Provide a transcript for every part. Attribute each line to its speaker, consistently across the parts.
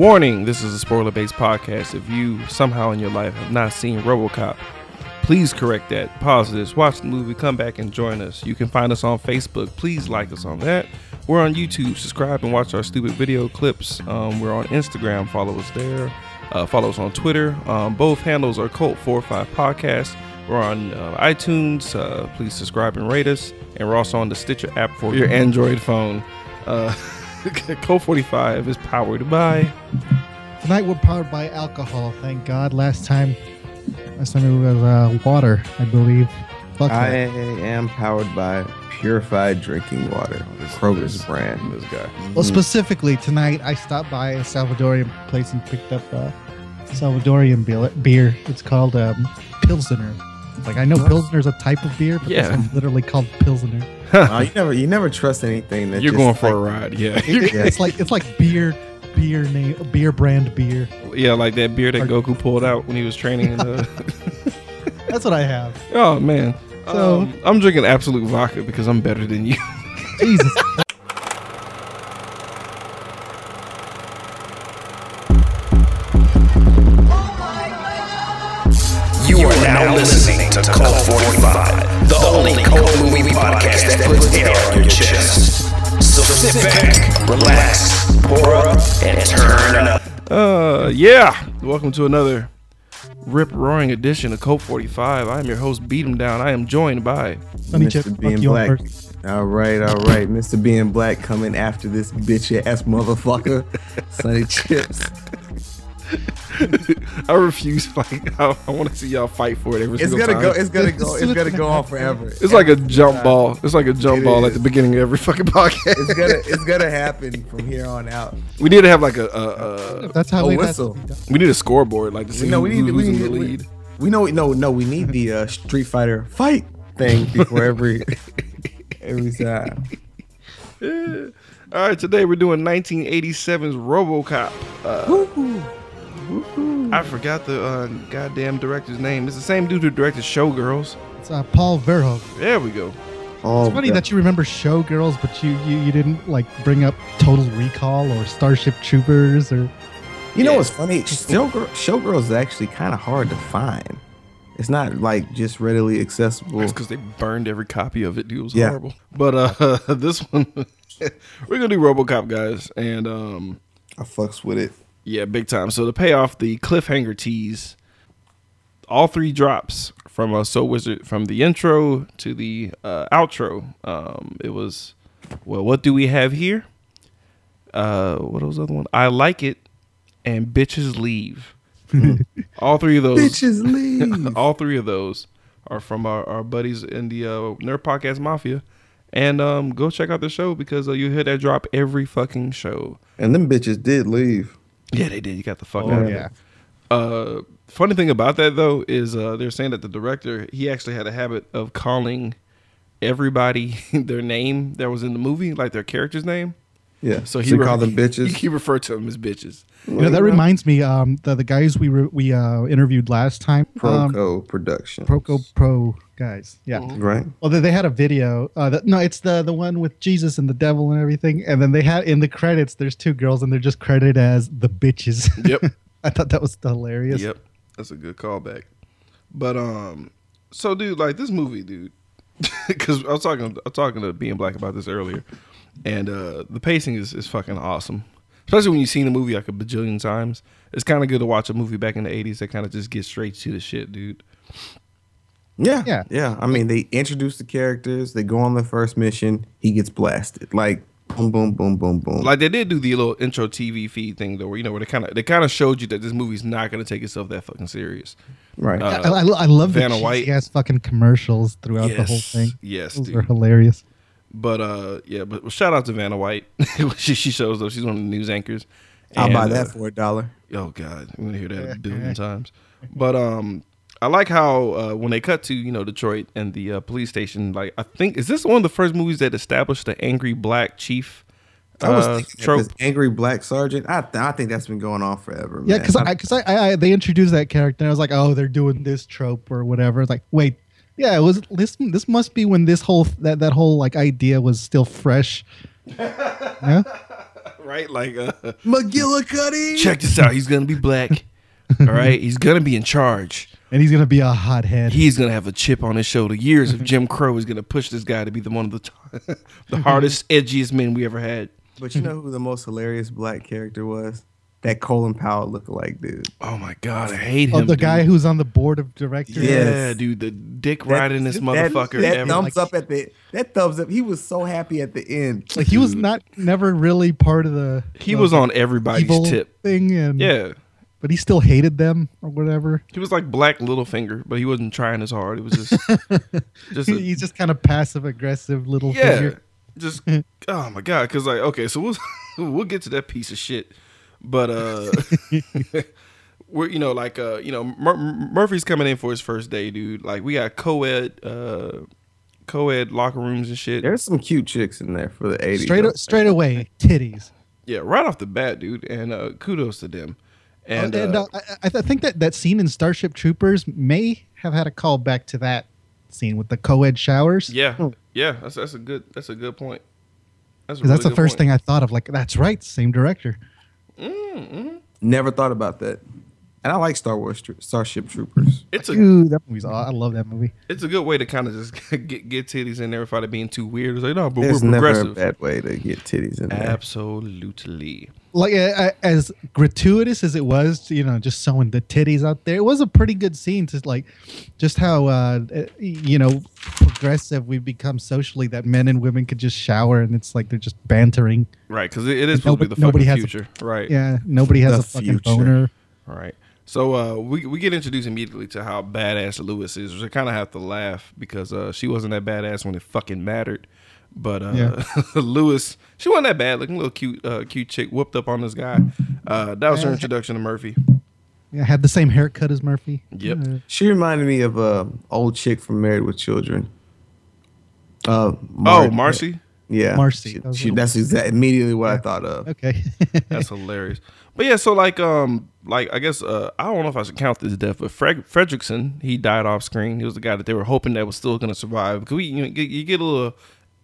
Speaker 1: Warning, this is a spoiler based podcast. If you somehow in your life have not seen Robocop, please correct that. Pause this, watch the movie, come back and join us. You can find us on Facebook. Please like us on that. We're on YouTube. Subscribe and watch our stupid video clips. Um, we're on Instagram. Follow us there. Uh, follow us on Twitter. Um, both handles are Colt45 Podcast. We're on uh, iTunes. Uh, please subscribe and rate us. And we're also on the Stitcher app for your Android phone. Uh, Colt45 is powered by.
Speaker 2: Tonight we're powered by alcohol. Thank God. Last time, last time it was uh, water, I believe. Fuck
Speaker 3: I
Speaker 2: that.
Speaker 3: am powered by purified drinking water,
Speaker 1: Oh,
Speaker 3: Kroger's brand.
Speaker 1: This guy.
Speaker 2: Well, specifically tonight, I stopped by a Salvadorian place and picked up uh, Salvadorian beer. beer. It's called um, Pilsner. Like I know Pilsner's a type of beer, but
Speaker 1: Yeah.
Speaker 2: this one's literally called Pilsner.
Speaker 3: Uh, you never, you never trust anything that
Speaker 1: You're
Speaker 3: just,
Speaker 1: going for a
Speaker 3: like,
Speaker 1: ride, yeah.
Speaker 2: It- it-
Speaker 3: Yeah.
Speaker 2: It's like it's like beer, beer name, beer brand beer.
Speaker 1: Yeah, like that beer that
Speaker 2: Or-
Speaker 1: Goku pulled out when he was training. In the...
Speaker 2: That's what I have.
Speaker 1: oh man.
Speaker 2: So-
Speaker 1: Um, I'm drinking absolute vodka because I'm better than you.
Speaker 2: Jesus.
Speaker 4: You are now listening to Cult 45, the only Cult movie podcast that puts air on your chest. So sit back, relax, pour up, and turn up.
Speaker 1: Uh, yeah. Welcome to another rip roaring edition of Cope 45. I am your host, Beat 'em Down. I am joined by.
Speaker 2: Let me just
Speaker 3: Mr.
Speaker 2: fuck
Speaker 3: Being
Speaker 2: you up
Speaker 3: Black.
Speaker 2: first.
Speaker 3: All right, all right, Mr. Being Black coming after this bitch ass motherfucker, Sonny Chips.
Speaker 1: I refuse. Like I, I want to see y'all fight for it every
Speaker 3: It's
Speaker 1: single
Speaker 3: gonna
Speaker 1: time.
Speaker 3: go, it's gonna go, it's gonna go on forever.
Speaker 1: It's like a jump ball. It's like a jump
Speaker 3: It
Speaker 1: ball at
Speaker 3: is.
Speaker 1: the beginning of every fucking podcast.
Speaker 3: it's gonna, it's gonna happen from here on out.
Speaker 1: we need to have like a. a, a
Speaker 2: That's how
Speaker 3: A
Speaker 2: it has to
Speaker 3: whistle.
Speaker 2: be done.
Speaker 1: we need a scoreboard, like to see
Speaker 3: No,
Speaker 1: who,
Speaker 3: we need,
Speaker 1: who's
Speaker 3: we
Speaker 1: in
Speaker 3: need,
Speaker 1: the
Speaker 3: we,
Speaker 1: lead.
Speaker 3: we know, no, no, we need the uh, Street Fighter fight thing before every, every time.
Speaker 1: All right, today we're doing 1987's RoboCop. Uh, I forgot the uh, goddamn director's name. It's the same dude who directed Showgirls.
Speaker 2: It's uh, Paul Verhoeven.
Speaker 1: There we go.
Speaker 3: Oh,
Speaker 2: It's funny that you remember Showgirls, but you, you you didn't like bring up Total Recall or Starship Troopers or
Speaker 3: You know
Speaker 1: Yeah.
Speaker 3: what's funny? Showgirl, showgirls is actually kind of hard to find. It's not like just readily accessible.
Speaker 1: That's because they burned every copy of it, dude. It was
Speaker 3: Yeah.
Speaker 1: horrible. But uh, this one, we're gonna do RoboCop, guys, and um,
Speaker 3: I fucks with it.
Speaker 1: yeah, big time. So to pay off the cliffhanger tease, all three drops from uh, So Wizard from the intro to the uh, outro. Um, it was well, what do we have here? Uh, what was the other one? I like it, and bitches leave. all three of those.
Speaker 3: Bitches leave.
Speaker 1: all three of those are from our, our buddies in the uh, Nerd Podcast Mafia. And um, go check out the show because uh, you hear that drop every fucking show.
Speaker 3: and them bitches did leave.
Speaker 1: Yeah, they did. You got the fuck out of
Speaker 2: Oh, yeah.
Speaker 1: there. Uh, funny thing about that though is uh, they're saying that the director he actually had a habit of calling everybody their name that was in the movie, like their character's name.
Speaker 3: Yeah.
Speaker 1: So
Speaker 3: So
Speaker 1: he
Speaker 3: he
Speaker 1: re-
Speaker 3: called them bitches.
Speaker 1: He referred to them as bitches.
Speaker 2: You know, that reminds me, um, the the guys we re- we uh, interviewed last time, um,
Speaker 3: Proco production.
Speaker 2: Proco Pro guys, yeah.
Speaker 1: Mm-hmm.
Speaker 3: Right.
Speaker 2: Well, they- they had a video. Uh, that, no, it's the the one with Jesus and the devil and everything. And then they had in the credits, there's two girls, and they're just credited as the bitches.
Speaker 1: Yep.
Speaker 2: I thought that was hilarious.
Speaker 1: Yep, that's a good callback. But um, so dude, like this movie, dude, because I was talking, I was talking to being black about this earlier, and uh, the pacing is is fucking awesome. Especially when you've seen the movie like a bajillion times, it's kind of good to watch a movie back in the '80s that kind of just gets straight to the shit, dude.
Speaker 3: Yeah.
Speaker 2: Yeah.
Speaker 3: Yeah. Yeah. I mean, they introduce the characters. They go on the first mission. He gets blasted. Like boom, boom, boom, boom, boom.
Speaker 1: Like they did do the little intro TV feed thing though, where you know where they kind of they kind of showed you that this movie's not gonna take itself that fucking serious.
Speaker 3: right.
Speaker 1: uh,
Speaker 2: I, I, I love the
Speaker 1: Vanna White.
Speaker 2: cheesy ass fucking commercials throughout the whole
Speaker 1: Yes.
Speaker 2: thing.
Speaker 1: Yes,
Speaker 2: those
Speaker 1: dude.
Speaker 2: are hilarious.
Speaker 1: But uh, yeah, but shout out to Vanna White. she, she shows up. She's one of the news anchors.
Speaker 3: I'll buy
Speaker 1: And,
Speaker 3: that
Speaker 1: uh,
Speaker 3: for a dollar.
Speaker 1: Oh God, I'm gonna hear that a billion times. But um, I like how uh, when they cut to you know Detroit and the uh, police station. Like I think is this one of the first movies that established the angry black chief
Speaker 3: I was
Speaker 1: uh,
Speaker 3: thinking that
Speaker 1: trope?
Speaker 3: this angry black sergeant. I, th- I think that's been going on forever.
Speaker 2: Yeah,
Speaker 3: man.
Speaker 2: because I, because I, I, I, they introduced that character, and I was like, oh, they're doing this trope or whatever. It's like, wait, yeah, it was this. This must be when this whole that that whole like idea was still fresh. yeah,
Speaker 1: right? Like, uh,
Speaker 3: McGillicuddy.
Speaker 1: check this out. He's gonna be black. All right, he's gonna be in charge.
Speaker 2: and he's gonna be a hothead.
Speaker 1: He's gonna have a chip on his shoulder. Years of Jim Crow is gonna push this guy to be the one of the the hardest, edgiest men we ever had.
Speaker 3: But you know who the most hilarious black character was? That Colin Powell lookalike dude.
Speaker 1: Oh my god, I hate him.
Speaker 2: oh, the
Speaker 1: dude.
Speaker 2: guy who's on the board of directors.
Speaker 1: yeah,
Speaker 3: Yes.
Speaker 1: dude, the dick
Speaker 3: That-
Speaker 1: riding this
Speaker 3: that-
Speaker 1: motherfucker.
Speaker 3: That,
Speaker 1: ever.
Speaker 3: thumbs up at the that thumbs up. He was so happy at the end.
Speaker 2: Like he was not never really part of the.
Speaker 1: he
Speaker 2: the
Speaker 1: was on everybody's
Speaker 2: evil
Speaker 1: tip.
Speaker 2: thing, and
Speaker 1: Yeah,
Speaker 2: but he still hated them or whatever.
Speaker 1: he was like Black Littlefinger, but he wasn't trying as hard. It was just, just
Speaker 2: He-
Speaker 1: a-
Speaker 2: he's just kind of passive aggressive little
Speaker 1: yeah,
Speaker 2: figure.
Speaker 1: just oh my god, because like okay, so we'll we'll get to that piece of shit, but uh, we're you know like uh you know Mur- Murphy's coming in for his first day, dude. Like we got co-ed uh co-ed locker rooms and shit.
Speaker 3: There's some cute chicks in there for the 80s.
Speaker 2: Straight
Speaker 3: though.
Speaker 2: up, straight away, titties.
Speaker 1: yeah, right off the bat, dude, and uh kudos to them. And,
Speaker 2: And, and
Speaker 1: uh,
Speaker 2: uh, I, I think that that scene in Starship Troopers may have had a call back to that scene with the co-ed showers.
Speaker 1: yeah, yeah, that's that's a good that's a good point. That's, a
Speaker 2: because that's
Speaker 1: really
Speaker 2: the
Speaker 1: good
Speaker 2: first
Speaker 1: point.
Speaker 2: thing I thought of. Like, that's right, same director.
Speaker 3: Never thought about that. And I like Star Wars Tro- Starship Troopers.
Speaker 1: It's a
Speaker 2: Dude, that movie's. aw- I love that movie.
Speaker 1: it's a good way to kind of just get get titties in there without it being too weird. It's like no, but
Speaker 3: There's
Speaker 1: we're
Speaker 3: never a
Speaker 1: progressive.
Speaker 3: bad way to get titties in there.
Speaker 1: Absolutely.
Speaker 2: Like, uh, uh, as gratuitous as it was, you know, just showing the titties out there, it was a pretty good scene. To like, just how uh, uh, you know progressive we've become socially that men and women could just shower and it's like they're just bantering.
Speaker 1: Right, because it, it is supposed
Speaker 2: Nobody-
Speaker 1: to be the
Speaker 2: nobody
Speaker 1: fucking
Speaker 2: has a-
Speaker 1: future. right.
Speaker 2: Yeah, nobody has
Speaker 3: The
Speaker 2: a fucking
Speaker 3: future.
Speaker 2: boner.
Speaker 1: All right. So uh, we we get introduced immediately to how badass Lewis is. which I kind of have to laugh because uh, she wasn't that badass when it fucking mattered. But uh,
Speaker 2: Yeah.
Speaker 1: Lewis, she wasn't that bad looking. Little cute, uh, cute chick whooped up on this guy. Uh, that was her introduction to Murphy.
Speaker 2: Yeah, had the same haircut as Murphy.
Speaker 1: Yep.
Speaker 2: Uh,
Speaker 3: She reminded me of a old chick from Married with Children. Uh,
Speaker 1: Oh,
Speaker 3: Mar-
Speaker 1: Marcy.
Speaker 3: Yeah,
Speaker 2: Marcy.
Speaker 3: She, she- that's exactly immediately what I thought of.
Speaker 2: okay.
Speaker 1: That's hilarious. But yeah, so like um like I guess uh I don't know if I should count this death, but Fred- Fredrickson he died off screen. He was the guy that they were hoping that was still going to survive. Because we you, know, get, you get a little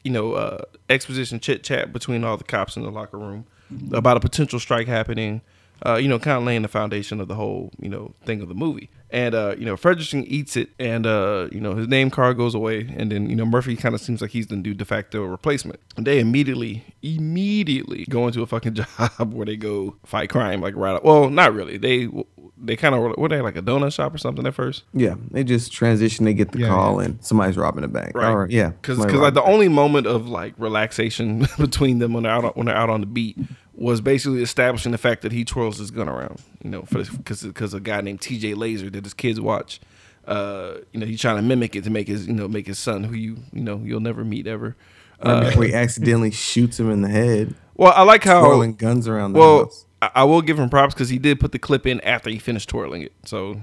Speaker 1: you know uh exposition chit chat between all the cops in the locker room about a potential strike happening. Uh, you know, kind of laying the foundation of the whole, you know, thing of the movie. And uh, you know, Fredrickson eats it, and uh, you know, his name card goes away, and then you know, Murphy kind of seems like he's the new de facto replacement. And they immediately, immediately go into a fucking job where they go fight crime, like right. Up. Well, not really. They they kind of were they like a donut shop or something at first,
Speaker 3: Yeah, they just transition. They get the
Speaker 2: Yeah,
Speaker 3: call, and somebody's robbing a bank. All right, yeah,
Speaker 1: Because
Speaker 3: somebody
Speaker 1: like
Speaker 3: robbed
Speaker 1: the only moment of like relaxation between them when they're out on, when they're out on the beat was basically establishing the fact that he twirls his gun around. You know, for because because a guy named T.J. Laser that his kids watch. Uh, you know, he's trying to mimic it to make his you know make his son who you you know you'll never meet ever. Uh,
Speaker 3: a bank. Where he accidentally shoots him in the head,
Speaker 1: Well, I like how
Speaker 3: twirling guns around the
Speaker 1: Oh, well.
Speaker 3: house.
Speaker 1: I I will give him props because he did put the clip in after he finished twirling it. So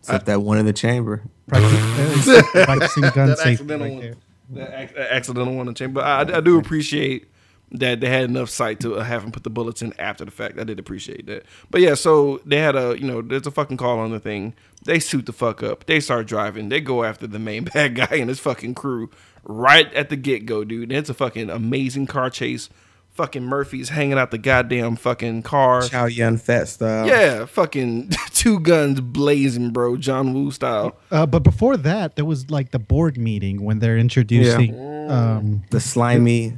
Speaker 3: Except that one in the chamber.
Speaker 2: Practicing- practicing gun
Speaker 1: that
Speaker 2: safety
Speaker 1: accidental
Speaker 2: right there.
Speaker 1: one, that ac- that accidental one to change. But I, I do appreciate that they had enough sight to uh, have him put the bullets in after the fact. I did appreciate that. But yeah, so they had a you know there's a fucking call on the thing. They suit the fuck up. They start driving. They go after the main bad guy and his fucking crew right at the get go, dude. And it's a fucking amazing car chase. Fucking Murphy's hanging out the goddamn fucking car.
Speaker 3: Chow Yun Fat style.
Speaker 1: Yeah, fucking two guns blazing, bro. John Woo style.
Speaker 2: Uh, but before that, there was like the board meeting when they're introducing um,
Speaker 3: the slimy.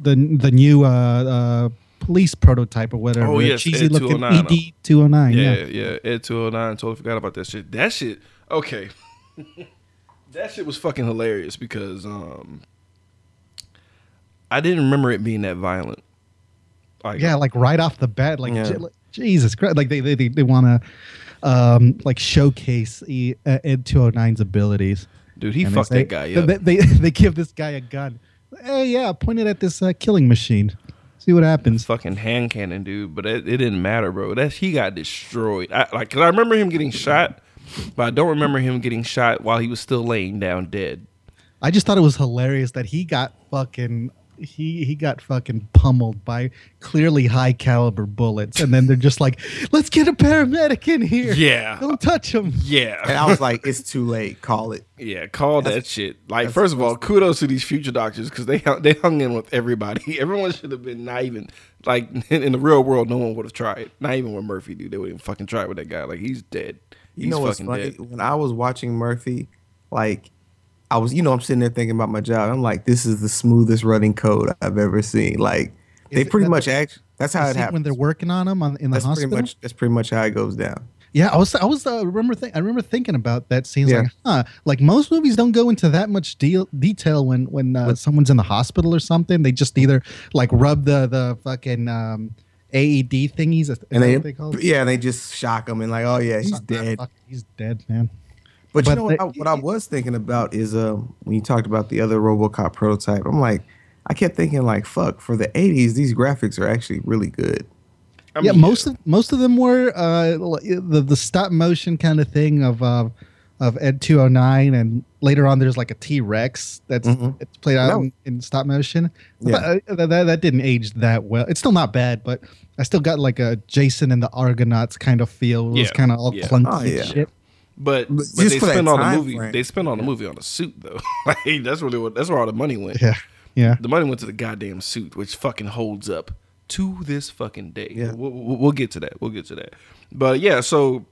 Speaker 2: the the new uh, uh, police prototype or whatever.
Speaker 1: Oh,
Speaker 2: the
Speaker 1: yes,
Speaker 2: cheesy
Speaker 1: Ed
Speaker 2: looking
Speaker 1: 209.
Speaker 2: ED two hundred nine.
Speaker 1: Yeah,
Speaker 2: Yeah.
Speaker 1: yeah. Ed 209. Totally forgot about that shit. That shit. Okay. that shit was fucking hilarious because um I didn't remember it being that violent. Like,
Speaker 2: yeah, like right off the bat, like
Speaker 3: Yeah.
Speaker 2: j- like, Jesus Christ, like they they they, they want to um, like showcase e, uh, Ed 209's abilities.
Speaker 1: dude, he
Speaker 2: And they
Speaker 1: fucked
Speaker 2: say-
Speaker 1: that guy up.
Speaker 2: They, they they give this guy a gun. Hey, yeah, point it at this uh, killing machine. See what happens.
Speaker 1: fucking hand cannon, dude. But it, it didn't matter, bro. That he got destroyed. I, like, cause I remember him getting shot, but I don't remember him getting shot while he was still laying down dead.
Speaker 2: I just thought it was hilarious that he got fucking he he got fucking pummeled by clearly high caliber bullets, and then they're just like, "Let's get a paramedic in here."
Speaker 1: Yeah.
Speaker 2: don't touch him.
Speaker 3: And
Speaker 1: Yeah.
Speaker 3: I was like, it's too late. Call it.
Speaker 1: Yeah, call that shit. Like,
Speaker 3: that's-
Speaker 1: first of all, kudos to these future doctors because they hung- they hung in with everybody. Everyone should have been not even like in, in the real world. No one would have tried. Not even with Murphy, dude. They wouldn't even fucking try with that guy. Like, he's dead. He's
Speaker 3: You know what's
Speaker 1: fucking
Speaker 3: funny?
Speaker 1: dead.
Speaker 3: When I was watching Murphy, like I was, you know, I'm sitting there thinking about my job. I'm like, this is the smoothest running code I've ever seen. Like they
Speaker 2: it-
Speaker 3: pretty
Speaker 2: that-
Speaker 3: much act. That's how
Speaker 2: Is
Speaker 3: it
Speaker 2: it when
Speaker 3: happens.
Speaker 2: they're working on him on, in the
Speaker 3: That's pretty
Speaker 2: hospital.
Speaker 3: much. That's pretty much how it goes down.
Speaker 2: Yeah, I was I was uh, remember th- I remember thinking about that scene. It's
Speaker 3: Yeah.
Speaker 2: Like, huh? Like most movies don't go into that much deal detail when when uh, someone's in the hospital or something. They
Speaker 3: Mm-hmm.
Speaker 2: just either like rub the the fucking um, AED thingies. is that
Speaker 3: And they,
Speaker 2: what they call it?
Speaker 3: yeah, they just shock him and like, oh yeah, he's
Speaker 2: Fuck, man,
Speaker 3: dead.
Speaker 2: fuck, he's dead, man.
Speaker 3: But,
Speaker 2: But
Speaker 3: you know what,
Speaker 2: the-
Speaker 3: I, what I was thinking about is um, when you talked about the other RoboCop prototype, I'm like, I kept thinking like, fuck, for the '80s, these graphics are actually really good.
Speaker 1: I
Speaker 2: yeah,
Speaker 1: mean,
Speaker 2: most of most of them were uh, l- the the stop motion kind of thing of uh, of Ed two hundred nine, and later on there's like a T Rex that's it's played out
Speaker 3: Mm-hmm. No.
Speaker 2: in, in stop motion.
Speaker 3: Yeah.
Speaker 2: Yeah. that, that- that didn't age that well. It's still not bad, but I still got like a Jason and the Argonauts kind of feel. It was
Speaker 1: Yeah.
Speaker 2: kind of all
Speaker 1: Yeah.
Speaker 2: clunky
Speaker 3: Oh, yeah.
Speaker 2: and shit.
Speaker 1: But, but
Speaker 3: just
Speaker 1: they
Speaker 3: for that
Speaker 1: spent all the
Speaker 3: time
Speaker 1: movie.
Speaker 3: frame.
Speaker 1: They spent all the movie on a suit though. like that's really what. That's where all the money went.
Speaker 2: Yeah, yeah.
Speaker 1: The money went to the goddamn suit, which fucking holds up to this fucking day.
Speaker 3: Yeah.
Speaker 1: We'll, we'll, we'll get to that. We'll get to that. But yeah, so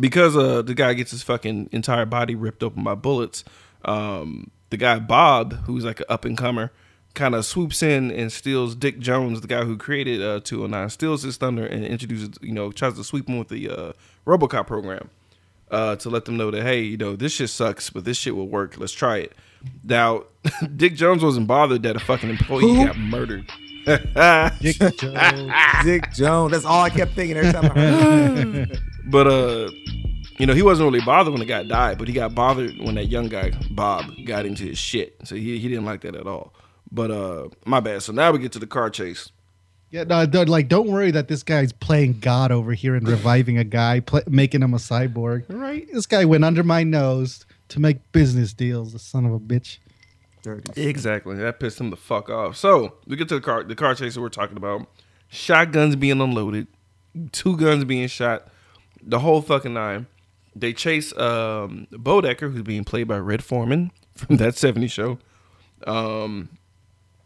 Speaker 1: because uh, the guy gets his fucking entire body ripped open by bullets, um, the guy Bob, who's like an up and comer, kind of swoops in and steals Dick Jones, the guy who created uh, 209, steals his thunder and introduces, you know, tries to sweep him with the uh, Robocop program uh, to let them know that hey, you know, this shit sucks, but this shit will work. Let's try it. Now, Dick Jones wasn't bothered that a fucking employee got murdered.
Speaker 2: Dick Joe.
Speaker 3: Dick Jones. That's all I kept thinking every time I heard. it.
Speaker 1: But uh, you know, he wasn't really bothered when the guy died, but he got bothered when that young guy Bob got into his shit. So he he didn't like that at all. But uh, my bad. So now we get to the car chase.
Speaker 2: Yeah, no, don't- like don't worry that this guy's playing God over here and reviving a guy, pla making him a cyborg.
Speaker 1: Right.
Speaker 2: This guy went under my nose to make business deals. The son of a bitch.
Speaker 3: Dirty.
Speaker 1: Exactly. That pissed him the fuck off. So we get to the car the car chase that we're talking about. Shotguns being unloaded, two guns being shot, the whole fucking nine. They chase um Bodecker, who's being played by Red Foreman from that 70 show.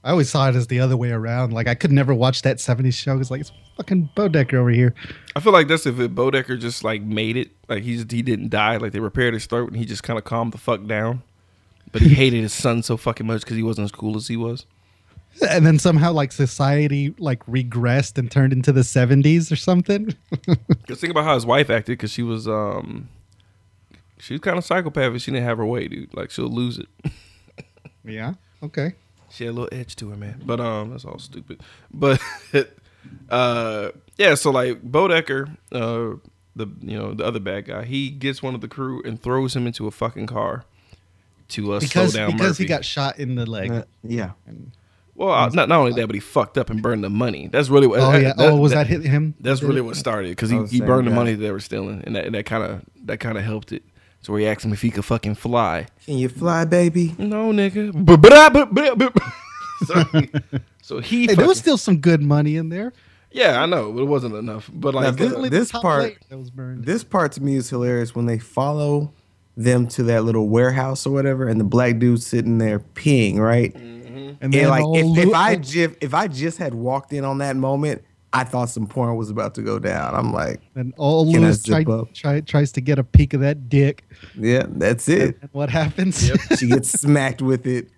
Speaker 2: I always saw it as the other way around. Like I could never watch that '70s show. It's like it's fucking Bodecker over here.
Speaker 1: I feel like that's if it, Bodecker just like made it, like he just, he didn't die, like they repaired his throat and he just kind of calmed the fuck down. But he hated his son so fucking much because he wasn't as cool as he was.
Speaker 2: And then somehow like society like regressed and turned into the '70s or something.
Speaker 1: Just think about how his wife acted because she was um, she was kind of psychopath and she didn't have her way, dude. Like she'll lose it.
Speaker 2: yeah. Okay.
Speaker 1: She had a little edge to her, man. But um, that's all stupid. But uh, yeah. So like Bodecker, uh, the you know the other bad guy, he gets one of the crew and throws him into a fucking car to uh,
Speaker 2: Because
Speaker 1: slow
Speaker 2: because
Speaker 1: down Murphy.
Speaker 2: he got shot in the leg.
Speaker 3: Uh, yeah.
Speaker 1: well, uh, not not only that, but he fucked up and burned the money. That's really what.
Speaker 2: oh
Speaker 1: uh, that-
Speaker 2: yeah.
Speaker 1: that-
Speaker 2: oh, was
Speaker 1: that-
Speaker 2: that, Oh, hit him?
Speaker 1: That's
Speaker 2: Did
Speaker 1: really
Speaker 2: it?
Speaker 1: what started because
Speaker 3: I
Speaker 1: he,
Speaker 3: was
Speaker 1: he
Speaker 3: saying
Speaker 1: burned the
Speaker 3: that.
Speaker 1: money they were stealing, and that and that kind of that kind of helped it. So he asked him if he could fucking fly.
Speaker 3: Can you fly, baby?
Speaker 1: No, nigga. so, so he.
Speaker 2: Hey, there was
Speaker 1: fucking-
Speaker 2: still some good money in there.
Speaker 1: yeah, I know, but it wasn't enough. But like,
Speaker 3: Now,
Speaker 1: uh,
Speaker 2: Only
Speaker 3: This
Speaker 2: the top
Speaker 3: part-
Speaker 2: layer that was burned.
Speaker 3: This part to me is hilarious when they follow them to that little warehouse or whatever, and the black dude's sitting there peeing, right?
Speaker 2: and
Speaker 3: And like,
Speaker 2: all
Speaker 3: if, if
Speaker 2: Lu-
Speaker 3: I just if I just had walked in on that moment, I thought some porn was about to go down. I'm like,
Speaker 2: And all
Speaker 3: Can I
Speaker 2: Lewis
Speaker 3: zip
Speaker 2: tried,
Speaker 3: up?
Speaker 2: try, tries to get a peek of that dick.
Speaker 3: yeah, that's it.
Speaker 2: And what happens?
Speaker 3: she gets smacked with it.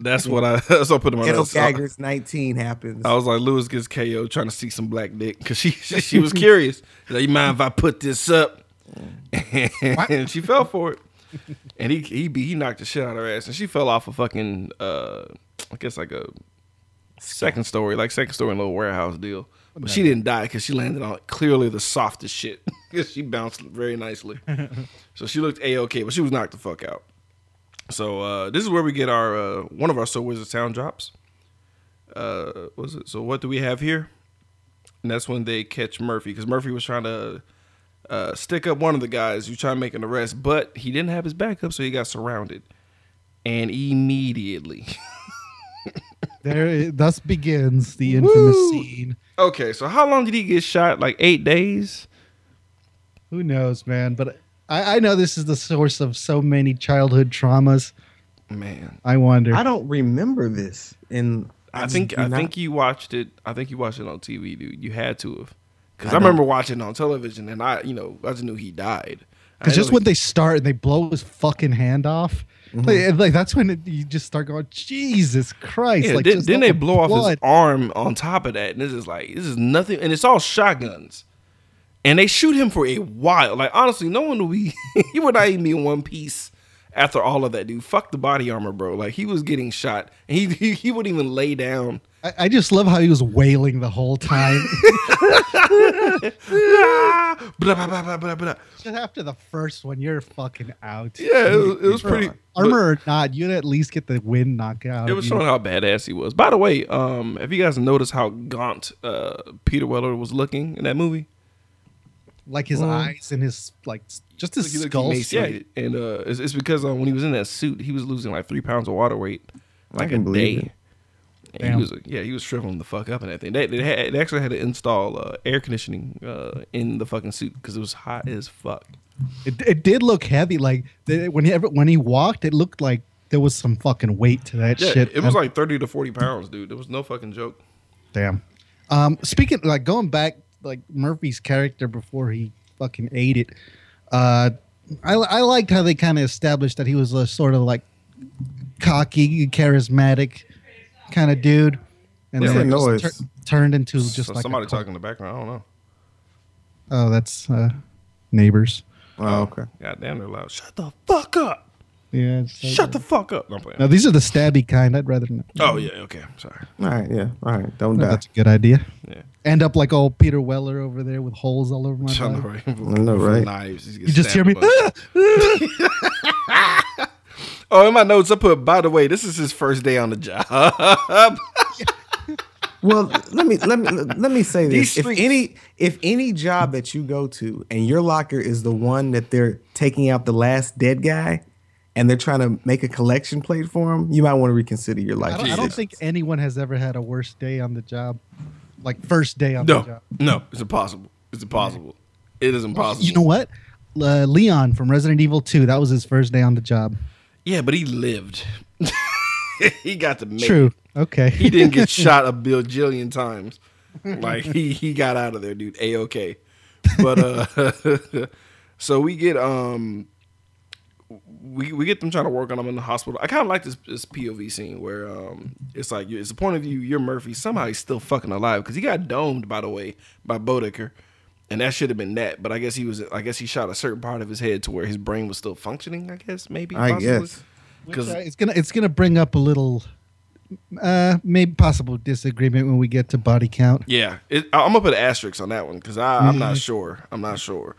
Speaker 1: That's what I. That's what I put in my
Speaker 3: Ghetto
Speaker 1: notes. So I- Oh,
Speaker 3: Gaggers 19 happens.
Speaker 1: I was like, Lewis gets KO trying to see some black dick because she, she she was curious. She's Like, you mind if I put this up? and she fell for it. And he he beat, he knocked the shit out of her ass, and she fell off a fucking uh, I guess like a second story, like second story little warehouse deal. But she didn't die because she landed on clearly the softest shit. 'Cause she bounced very nicely, so she looked a okay, but she was knocked the fuck out. So uh, this is where we get our uh, one of our so wizard sound drops uh, was it? So what do we have here? And that's when they catch Murphy because Murphy was trying to uh, stick up one of the guys who tried to make an arrest, but he didn't have his backup, so he got surrounded. And immediately,
Speaker 2: there, i- thus begins the infamous
Speaker 1: Woo.
Speaker 2: scene.
Speaker 1: Okay, so how long did he get shot? Like eight days?
Speaker 2: Who knows, man? But I, I know this is the source of so many childhood traumas.
Speaker 1: Man,
Speaker 2: I wonder.
Speaker 3: I don't remember this. And
Speaker 1: I think
Speaker 3: do
Speaker 1: I
Speaker 3: not-
Speaker 1: think you watched it. I think you watched it on TV, dude. You had to have, because
Speaker 3: I
Speaker 1: I, remember watching it on television, and I, you know, I just knew he died. I
Speaker 2: Because just
Speaker 1: know
Speaker 2: when they start and they blow his fucking hand off,
Speaker 3: Mm-hmm.
Speaker 2: like, like, that's when it, you just start going, Jesus
Speaker 1: he-
Speaker 2: Christ!
Speaker 1: yeah,
Speaker 2: like
Speaker 1: then,
Speaker 2: just
Speaker 1: then
Speaker 2: all
Speaker 1: they
Speaker 2: the
Speaker 1: blow off his
Speaker 2: blood.
Speaker 1: arm on top of that, and this is like this is nothing, and it's all shotguns, and they shoot him for a while. Like honestly, no one would be. he would not even be in one piece after all of that, dude. Fuck the body armor, bro. Like he was getting shot, and he he, he wouldn't even lay down.
Speaker 2: I, I just love how he was wailing the whole time.
Speaker 1: Ah, blah, blah, blah, blah, blah, blah.
Speaker 2: just after the first one, you're fucking out.
Speaker 1: Yeah, it was, it was pretty.
Speaker 2: Armor or not, you'd at least get the wind knocked out.
Speaker 1: It
Speaker 2: of
Speaker 1: was
Speaker 2: you.
Speaker 1: showing how badass he was. By the way, um, have you guys noticed how gaunt uh, Peter Weller was looking in that movie?
Speaker 2: like his eyes and his like s- just his
Speaker 1: He looked
Speaker 2: skull.
Speaker 1: emaciated. and uh, it's, it's because um, when he was in that suit, he was losing like three pounds of water weight, like a
Speaker 3: can believe
Speaker 1: day.
Speaker 3: it.
Speaker 1: And
Speaker 2: Damn.
Speaker 1: he was yeah, he was shriveling the fuck up and everything. They, they, had, they actually had to install uh, air conditioning uh, in the fucking suit because it was hot as fuck.
Speaker 2: It, it did look heavy. Like the, when he ever, when he walked, it looked like there was some fucking weight to that
Speaker 1: Yeah,
Speaker 2: shit.
Speaker 1: it was
Speaker 2: man.
Speaker 1: like thirty to forty pounds, dude. There was no fucking joke.
Speaker 2: Damn. Um, speaking like going back, like Murphy's character before he fucking ate it. Uh, I I liked how they kind of established that he was a sort of like cocky, charismatic kind of dude, and
Speaker 1: What's
Speaker 2: then
Speaker 3: that
Speaker 2: it just
Speaker 3: noise?
Speaker 2: turned into just
Speaker 1: So
Speaker 2: like a
Speaker 1: somebody
Speaker 2: cult.
Speaker 1: talking in the background. I don't know.
Speaker 2: Oh, that's uh, neighbors.
Speaker 3: Oh, okay.
Speaker 1: God damn, they're loud. Shut the fuck up.
Speaker 2: Yeah. it's like-
Speaker 1: Shut the fuck up. No, I'm playing.
Speaker 2: Now these are the stabby kind. I'd rather not.
Speaker 1: Oh yeah, okay. Sorry.
Speaker 3: All right. Yeah. All right. Don't
Speaker 2: No,
Speaker 3: die.
Speaker 2: that's a good idea.
Speaker 1: Yeah.
Speaker 2: End up like old Peter Weller over there with holes all over my
Speaker 1: I know,
Speaker 2: body.
Speaker 1: right?
Speaker 3: know, right?
Speaker 1: Knives. He's
Speaker 2: You just hear me.
Speaker 1: oh, in my notes, I put. By the way, this is his first day on the job.
Speaker 3: Well, let me let me let me say
Speaker 1: These
Speaker 3: this: if
Speaker 1: streets-
Speaker 3: any if any job that you go to and your locker is the one that they're taking out the last dead guy, and they're trying to make a collection plate for him, you might want to reconsider your life.
Speaker 2: I don't, I don't
Speaker 1: Jesus.
Speaker 2: think anyone has ever had a worse day on the job, like first day on the
Speaker 1: no,
Speaker 2: job.
Speaker 1: no, it's impossible. It's impossible. It is impossible.
Speaker 2: You know what? Uh, Leon from Resident Evil 2, that was his first day on the job.
Speaker 1: Yeah, but he lived. he got to make.
Speaker 2: True.
Speaker 1: it.
Speaker 2: Okay.
Speaker 1: He didn't get shot a bajillion times. Like he he got out of there, dude. A okay. But uh, so we get um we, we get them trying to work on him in the hospital. I kind of like this, this POV scene where um it's like it's the point of view. You're Murphy. Somehow he's still fucking alive because he got domed by the way by Bodecker, and that should have been that. But I guess he was. I guess he shot a certain part of his head to where his brain was still functioning. I guess maybe.
Speaker 3: I
Speaker 1: possibly.
Speaker 3: guess.
Speaker 1: because
Speaker 2: it's gonna it's gonna bring up a little, uh, maybe possible disagreement when we get to body count.
Speaker 1: Yeah, it, I- I'm gonna put an asterisk on that one because I'm
Speaker 2: Mm-hmm.
Speaker 1: not sure. I'm not sure.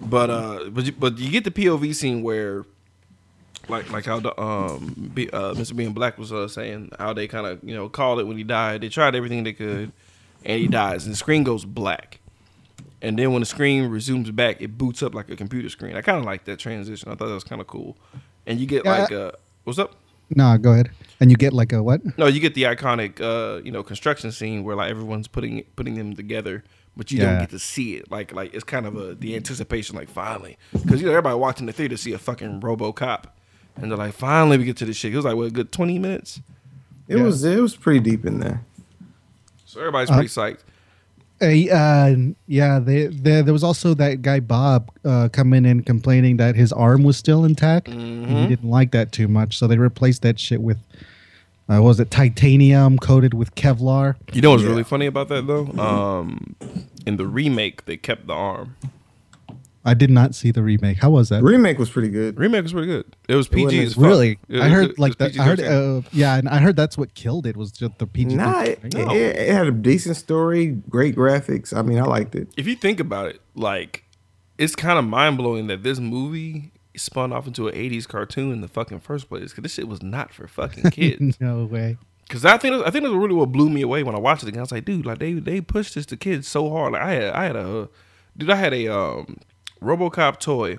Speaker 1: But uh, but you, but you get the POV scene where, like like how the um B, uh, Mr. Being Black was uh, saying how they kind of you know called it when he died. They tried everything they could, and he dies, and the screen goes black. And then when the screen resumes back, it boots up like a computer screen. I kind of like that transition. I thought that was kind of cool. And you get
Speaker 2: Yeah,
Speaker 1: like
Speaker 2: I-
Speaker 1: uh, what's up?
Speaker 2: No, go ahead. And you get like a what?
Speaker 1: No, you get the iconic, uh, you know, construction scene where like everyone's putting putting them together, but you don't
Speaker 2: Yeah.
Speaker 1: get to see it. Like like it's kind of a the anticipation, like finally, because you know everybody walked in the theater to see a fucking RoboCop, and they're like, finally we get to this shit. It was like what a good twenty minutes,
Speaker 3: It was it was pretty deep in there.
Speaker 1: so everybody's pretty
Speaker 2: Uh-huh.
Speaker 1: psyched.
Speaker 2: Hey, uh, yeah, they, they, there was also that guy Bob uh, coming in complaining that his arm was still intact. And
Speaker 1: Mm-hmm.
Speaker 2: he didn't like that too much, so they replaced that shit with uh, what was it titanium coated with Kevlar?
Speaker 1: You know what's really funny about that though?
Speaker 2: Mm-hmm.
Speaker 1: Um, in the remake, they kept the arm.
Speaker 2: I did not see the remake. How was that?
Speaker 3: Remake was pretty good.
Speaker 1: Remake was pretty good. It was PG
Speaker 3: wasn't
Speaker 1: as fuck.
Speaker 2: Really?
Speaker 1: It-
Speaker 2: I
Speaker 1: it-
Speaker 2: heard
Speaker 1: it was
Speaker 2: like that. I heard,
Speaker 1: PG-13.
Speaker 2: uh, yeah, and I heard that's what killed it was just the PG.
Speaker 3: Nah, it, it, it had a decent story, great graphics. I mean, I liked it.
Speaker 1: if you think about it, like it's kind of mind blowing that this movie spun off into an '80s cartoon in the fucking first place because this shit was not for fucking kids.
Speaker 2: no way.
Speaker 1: Because I think I think that's really what blew me away when I watched it again. I was like, dude, like they they pushed this to kids so hard. Like I had I had a dude, I had a um, RoboCop toy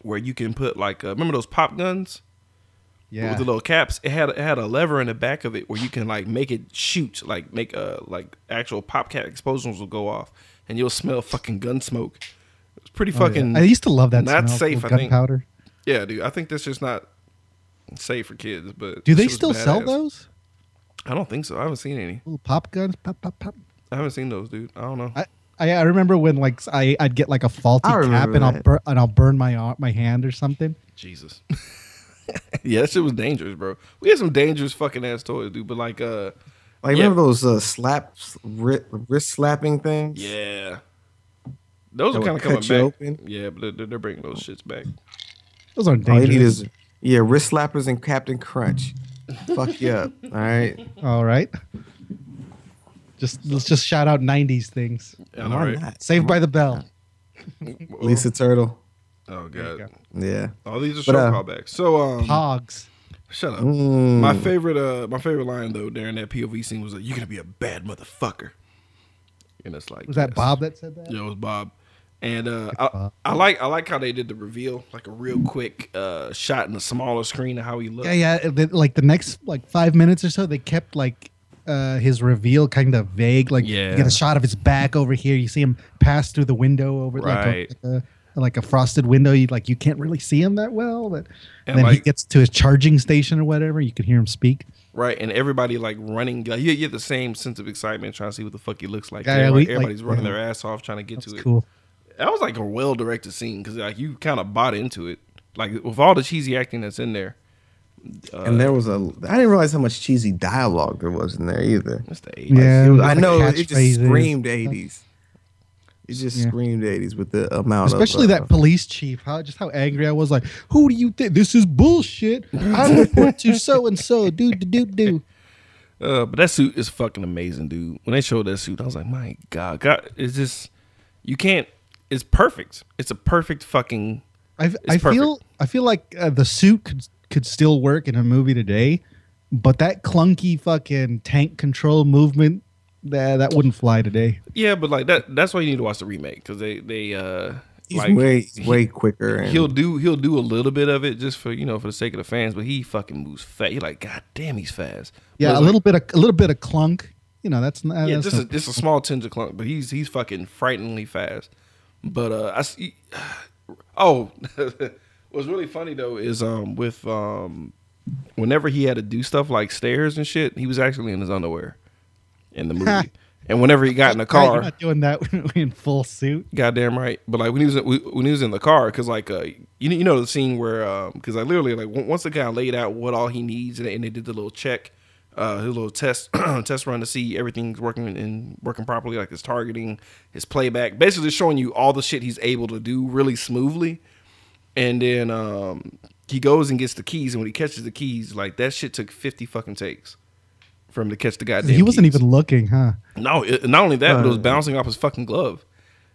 Speaker 1: where you can put like uh, remember those pop guns. But
Speaker 2: Yeah.
Speaker 1: with the little caps, it had it had a lever in the back of it where you can like make it shoot, like make uh like actual pop cap explosions will go off, and you'll smell fucking gun smoke. It's pretty
Speaker 2: Oh, yeah.
Speaker 1: fucking.
Speaker 2: I used to love that.
Speaker 1: not
Speaker 2: smell
Speaker 1: safe,
Speaker 2: of
Speaker 1: I think.
Speaker 2: Gunpowder.
Speaker 1: Yeah, dude. I think that's just not safe for kids. But
Speaker 2: Do they
Speaker 1: shit was
Speaker 2: still sell
Speaker 1: badass.
Speaker 2: those
Speaker 1: I don't think so. I haven't seen any.
Speaker 2: little pop guns? Pop pop pop.
Speaker 1: I haven't seen those, dude. I don't know.
Speaker 2: I, I I remember when like I I'd get like a faulty
Speaker 3: I remember
Speaker 2: cap and I'll
Speaker 3: that.
Speaker 2: bur- and I'll burn my ar- my hand or something.
Speaker 1: Jesus. yeah, that shit was dangerous, bro. We had some dangerous fucking ass toys, dude. But like, uh,
Speaker 3: Like
Speaker 1: Yeah.
Speaker 3: remember those uh, slap wrist, wrist slapping things?
Speaker 1: yeah, those
Speaker 3: That
Speaker 1: are kind of
Speaker 3: would
Speaker 1: coming
Speaker 3: cut
Speaker 1: back.
Speaker 3: you open?
Speaker 1: Yeah, but they're- they're, they're bringing those shits back.
Speaker 2: Those aren't
Speaker 3: All you
Speaker 2: dangerous.
Speaker 3: need is yeah, wrist slappers and Captain Crunch. Fuck you up. All right.
Speaker 2: All right. Just let's just shout out '90s things.
Speaker 1: All right.
Speaker 2: Saved by the Bell.
Speaker 3: Lisa Turtle.
Speaker 1: Oh god.
Speaker 3: Yeah.
Speaker 1: All these are show
Speaker 3: But, uh,
Speaker 1: callbacks. So um,
Speaker 2: Hogs.
Speaker 1: shut up.
Speaker 3: Mm.
Speaker 1: My favorite uh, my favorite line though during that POV scene was like, "You're gonna be a bad motherfucker," and it's like,
Speaker 2: Was that
Speaker 1: yes.
Speaker 2: Bob that said that?
Speaker 1: Yeah, it was Bob. And uh, I,
Speaker 2: Bob.
Speaker 1: I like I like how they did the reveal, like a real quick uh, shot in the smaller screen of how he looked.
Speaker 2: Yeah, yeah. and then, like the next like five minutes or so, they kept like uh his reveal kind of vague. Like
Speaker 1: Yeah.
Speaker 2: you get a shot of his back over here. You see him pass through the window over
Speaker 1: Right.
Speaker 2: like, a, like a like a frosted window. You like you can't really see him that well,
Speaker 1: And,
Speaker 2: but and then he
Speaker 1: like-
Speaker 2: gets to his charging station or whatever. You can hear him speak.
Speaker 1: Right, and everybody like running. Like, you, you get the same sense of excitement trying to see what the fuck he looks like.
Speaker 2: Yeah, yeah,
Speaker 1: Everybody-
Speaker 2: we- like-
Speaker 1: everybody's running
Speaker 2: yeah.
Speaker 1: their ass off trying to get
Speaker 2: That's
Speaker 1: to it.
Speaker 2: cool.
Speaker 1: That was like a well directed scene because like you kind of bought into it. Like with all the cheesy acting that's in there,
Speaker 2: Uh,
Speaker 3: and there was a. I didn't realize how much cheesy dialogue there was in there either.
Speaker 1: that's the age.
Speaker 2: Yeah, with,
Speaker 3: I
Speaker 2: like,
Speaker 3: know it just
Speaker 2: catchphrases.
Speaker 3: screamed eighties. It just
Speaker 2: Yeah.
Speaker 3: screamed eighties with the amount,
Speaker 2: Especially
Speaker 3: of, uh,
Speaker 2: that police chief, how just how angry I was. Like, who do you think this is bullshit? I report to so and so. Do do do do.
Speaker 1: Uh, but that suit is fucking amazing, dude. When they showed that suit, I was like, my god, God, it's just you can't. It's perfect. It's a perfect fucking.
Speaker 2: I, I
Speaker 1: perfect.
Speaker 2: feel I feel like uh, the suit could could still work in a movie today, but that clunky fucking tank control movement that that wouldn't fly today.
Speaker 1: Yeah, but like that. That's why you need to watch the remake because they they uh
Speaker 3: He's
Speaker 1: like
Speaker 3: way he's way quicker. And
Speaker 1: he'll do he'll do a little bit of it just for you know for the sake of the fans, but he fucking moves fast. You're like, god damn, he's fast. But
Speaker 2: Yeah,
Speaker 1: it's
Speaker 2: a
Speaker 1: like-
Speaker 2: little bit of a little bit of clunk. You know, that's not.
Speaker 1: Yeah,
Speaker 2: that's
Speaker 1: just a,
Speaker 2: not-
Speaker 1: just a small tinge of clunk, but he's he's fucking frighteningly fast. But uh, I see. Oh, what's really funny though is um with um whenever he had to do stuff like stairs and shit, he was actually in his underwear in the movie. and whenever he got in the
Speaker 2: Right, you're
Speaker 1: car,
Speaker 2: not doing that in full suit.
Speaker 1: Goddamn right. But like when he was when he was in the car, because like uh, you you know the scene where um because I literally like on- once the guy laid out what all he needs and they, and they did the little check, uh his little test test run to see everything's working and working properly, like his targeting, his playback, basically showing you all the shit he's able to do really smoothly. And then um he goes and gets the keys, and when he catches the keys, like that shit took fifty fucking takes for him to catch the goddamn.
Speaker 2: he wasn't
Speaker 1: keys.
Speaker 2: even looking, huh?
Speaker 1: No, it, not only that, but it was bouncing off his fucking glove.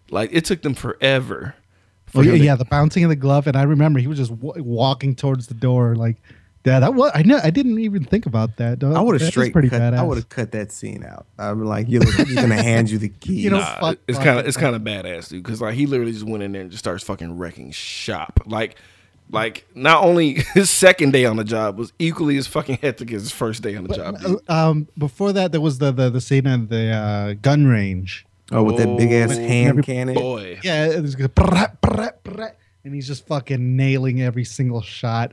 Speaker 1: Like it took them forever. for
Speaker 2: Well, Oh, yeah,
Speaker 1: him to-
Speaker 2: yeah, the bouncing of the glove, and I remember he was just w- walking towards the door, like, yeah, that was. I know, I didn't even think about that.
Speaker 3: I would
Speaker 2: That is
Speaker 3: have straight
Speaker 2: pretty
Speaker 3: cut. I
Speaker 2: badass.
Speaker 3: would have cut that scene out. I'm like, you look, I'm just gonna hand you the key.
Speaker 2: You know,
Speaker 1: Nah,
Speaker 2: fuck-
Speaker 1: it's
Speaker 2: fuck
Speaker 1: kind of
Speaker 2: it.
Speaker 1: it's kind of badass, dude. Because like he literally just went in there and just starts fucking wrecking shop. Like, like not only his second day on the job was equally as fucking hectic as his first day on the job. Dude.
Speaker 2: Um, before that, there was the the, the scene at the uh, gun range.
Speaker 3: oh, with that big ass
Speaker 1: Oh,
Speaker 3: hand
Speaker 2: every-
Speaker 3: cannon.
Speaker 1: Boy,
Speaker 2: Yeah, it was good. Brrrap, brrrap, brrrap. and he's just fucking nailing every single shot.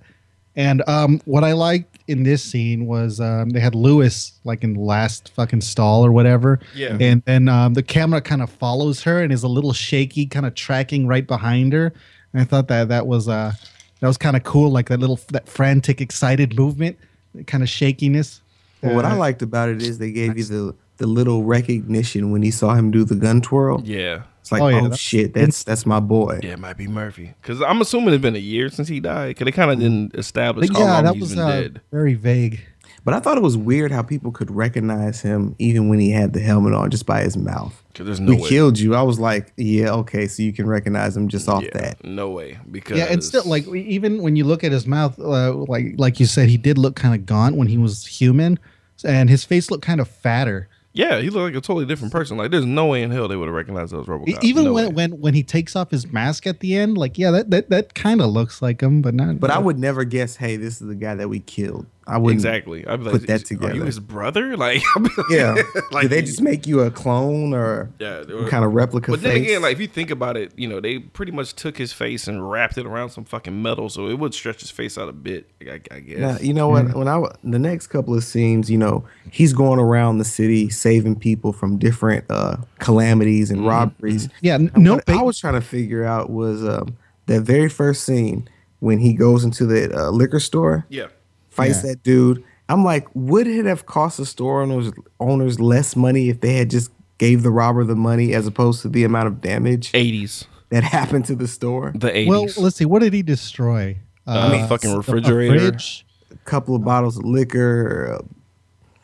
Speaker 2: And um, what I liked in this scene was um, they had Lewis like in the last fucking stall or whatever.
Speaker 1: Yeah.
Speaker 2: And then um, the camera kind of follows her and is a little shaky, kind of tracking right behind her. And I thought that that was uh, that was kind of cool, like that little that frantic, excited movement, kind of shakiness.
Speaker 3: Well, what I
Speaker 2: Uh,
Speaker 3: liked about it is they gave you the the little recognition when he saw him do the gun twirl.
Speaker 1: yeah,
Speaker 3: It's like,
Speaker 2: Oh,
Speaker 3: oh,
Speaker 2: yeah, that's-
Speaker 3: shit, that's that's my boy.
Speaker 1: yeah, it might be Murphy. Because I'm assuming it's been a year since he died. Because they kind of didn't establish how
Speaker 2: yeah,
Speaker 1: long
Speaker 2: that
Speaker 1: he's
Speaker 2: was
Speaker 1: been
Speaker 2: uh,
Speaker 1: dead.
Speaker 2: very vague.
Speaker 3: But I thought it was weird how people could recognize him even when he had the helmet on just by his mouth.
Speaker 1: 'Cause there's no
Speaker 3: we
Speaker 1: way.
Speaker 3: killed you. I was like, yeah, okay, so you can recognize him just off
Speaker 1: yeah,
Speaker 3: that.
Speaker 1: no way. Because
Speaker 2: Yeah, and still, like we- even when you look at his mouth, uh, like like you said, he did look kind of gaunt when he was human, and his face looked kind of fatter.
Speaker 1: Yeah, he looked like a totally different person. Like, there's no way in hell they would have recognized those
Speaker 2: E-
Speaker 1: RoboCop.
Speaker 2: Even
Speaker 1: Uh, No
Speaker 2: when,
Speaker 1: way.
Speaker 2: when when he takes off his mask at the end, like yeah, that that, that kind of looks like him, but not.
Speaker 3: But I would never guess, hey, this is the guy that we killed. I wouldn't.
Speaker 1: exactly, I'd be like,
Speaker 3: put that
Speaker 1: Are you
Speaker 3: together.
Speaker 1: his brother? Like,
Speaker 3: Yeah.
Speaker 1: Like-
Speaker 3: Did they just make you a clone or
Speaker 1: yeah, they
Speaker 3: some
Speaker 1: were-
Speaker 3: kind of replica
Speaker 1: But then
Speaker 3: face?
Speaker 1: again, like if you think about it, you know they pretty much took his face and wrapped it around some fucking metal, so it would stretch his face out a bit. I, I guess.
Speaker 3: Now, you know
Speaker 2: Mm-hmm.
Speaker 3: what? When I wa- the next couple of scenes, you know, he's going around the city saving people from different uh, calamities
Speaker 1: Mm-hmm.
Speaker 3: and robberies.
Speaker 2: Yeah, n-
Speaker 3: And
Speaker 2: Mm-hmm. no
Speaker 3: What
Speaker 2: big-
Speaker 3: I was trying to figure out was um, that very first scene when he goes into the uh, liquor store,
Speaker 1: yeah.
Speaker 3: fights
Speaker 2: Yeah.
Speaker 3: that dude. I'm like, would it have cost the store owners, owners less money if they had just gave the robber the money as opposed to the amount of damage
Speaker 1: Eighties,
Speaker 3: that happened to the store?
Speaker 1: the
Speaker 2: well,
Speaker 1: eighties.
Speaker 2: let's see. What did he destroy?
Speaker 1: Uh, fucking
Speaker 2: a- a
Speaker 1: refrigerator.
Speaker 2: fridge.
Speaker 3: A couple of bottles of liquor. uh,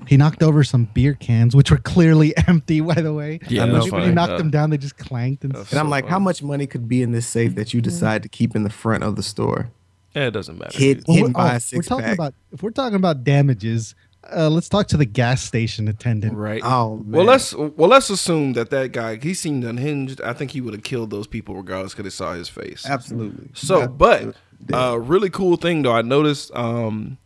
Speaker 2: He knocked over some beer cans, which were clearly empty, by the way. Um,
Speaker 1: Yeah,
Speaker 2: When
Speaker 1: that's
Speaker 2: he- when
Speaker 1: funny.
Speaker 2: he knocked
Speaker 1: Uh,
Speaker 2: them down, they just clanked and.
Speaker 1: uh,
Speaker 3: And I'm
Speaker 1: So
Speaker 3: like,
Speaker 1: funny.
Speaker 3: how much money could be in this safe that you decide to keep in the front of the store?
Speaker 1: yeah, it doesn't matter.
Speaker 3: Kid-
Speaker 1: dude.
Speaker 3: hidden
Speaker 2: we're-
Speaker 3: by a
Speaker 2: we're
Speaker 3: six
Speaker 2: talking
Speaker 3: pack.
Speaker 2: about if we're talking about damages, uh, let's talk to the gas station attendant.
Speaker 1: right.
Speaker 3: Oh, man.
Speaker 1: Well, let's well let's assume that that guy he seemed unhinged. I think he would have killed those people regardless because they saw his face.
Speaker 3: Absolutely.
Speaker 1: So,
Speaker 3: Yeah.
Speaker 1: but uh, really cool thing though, I noticed um,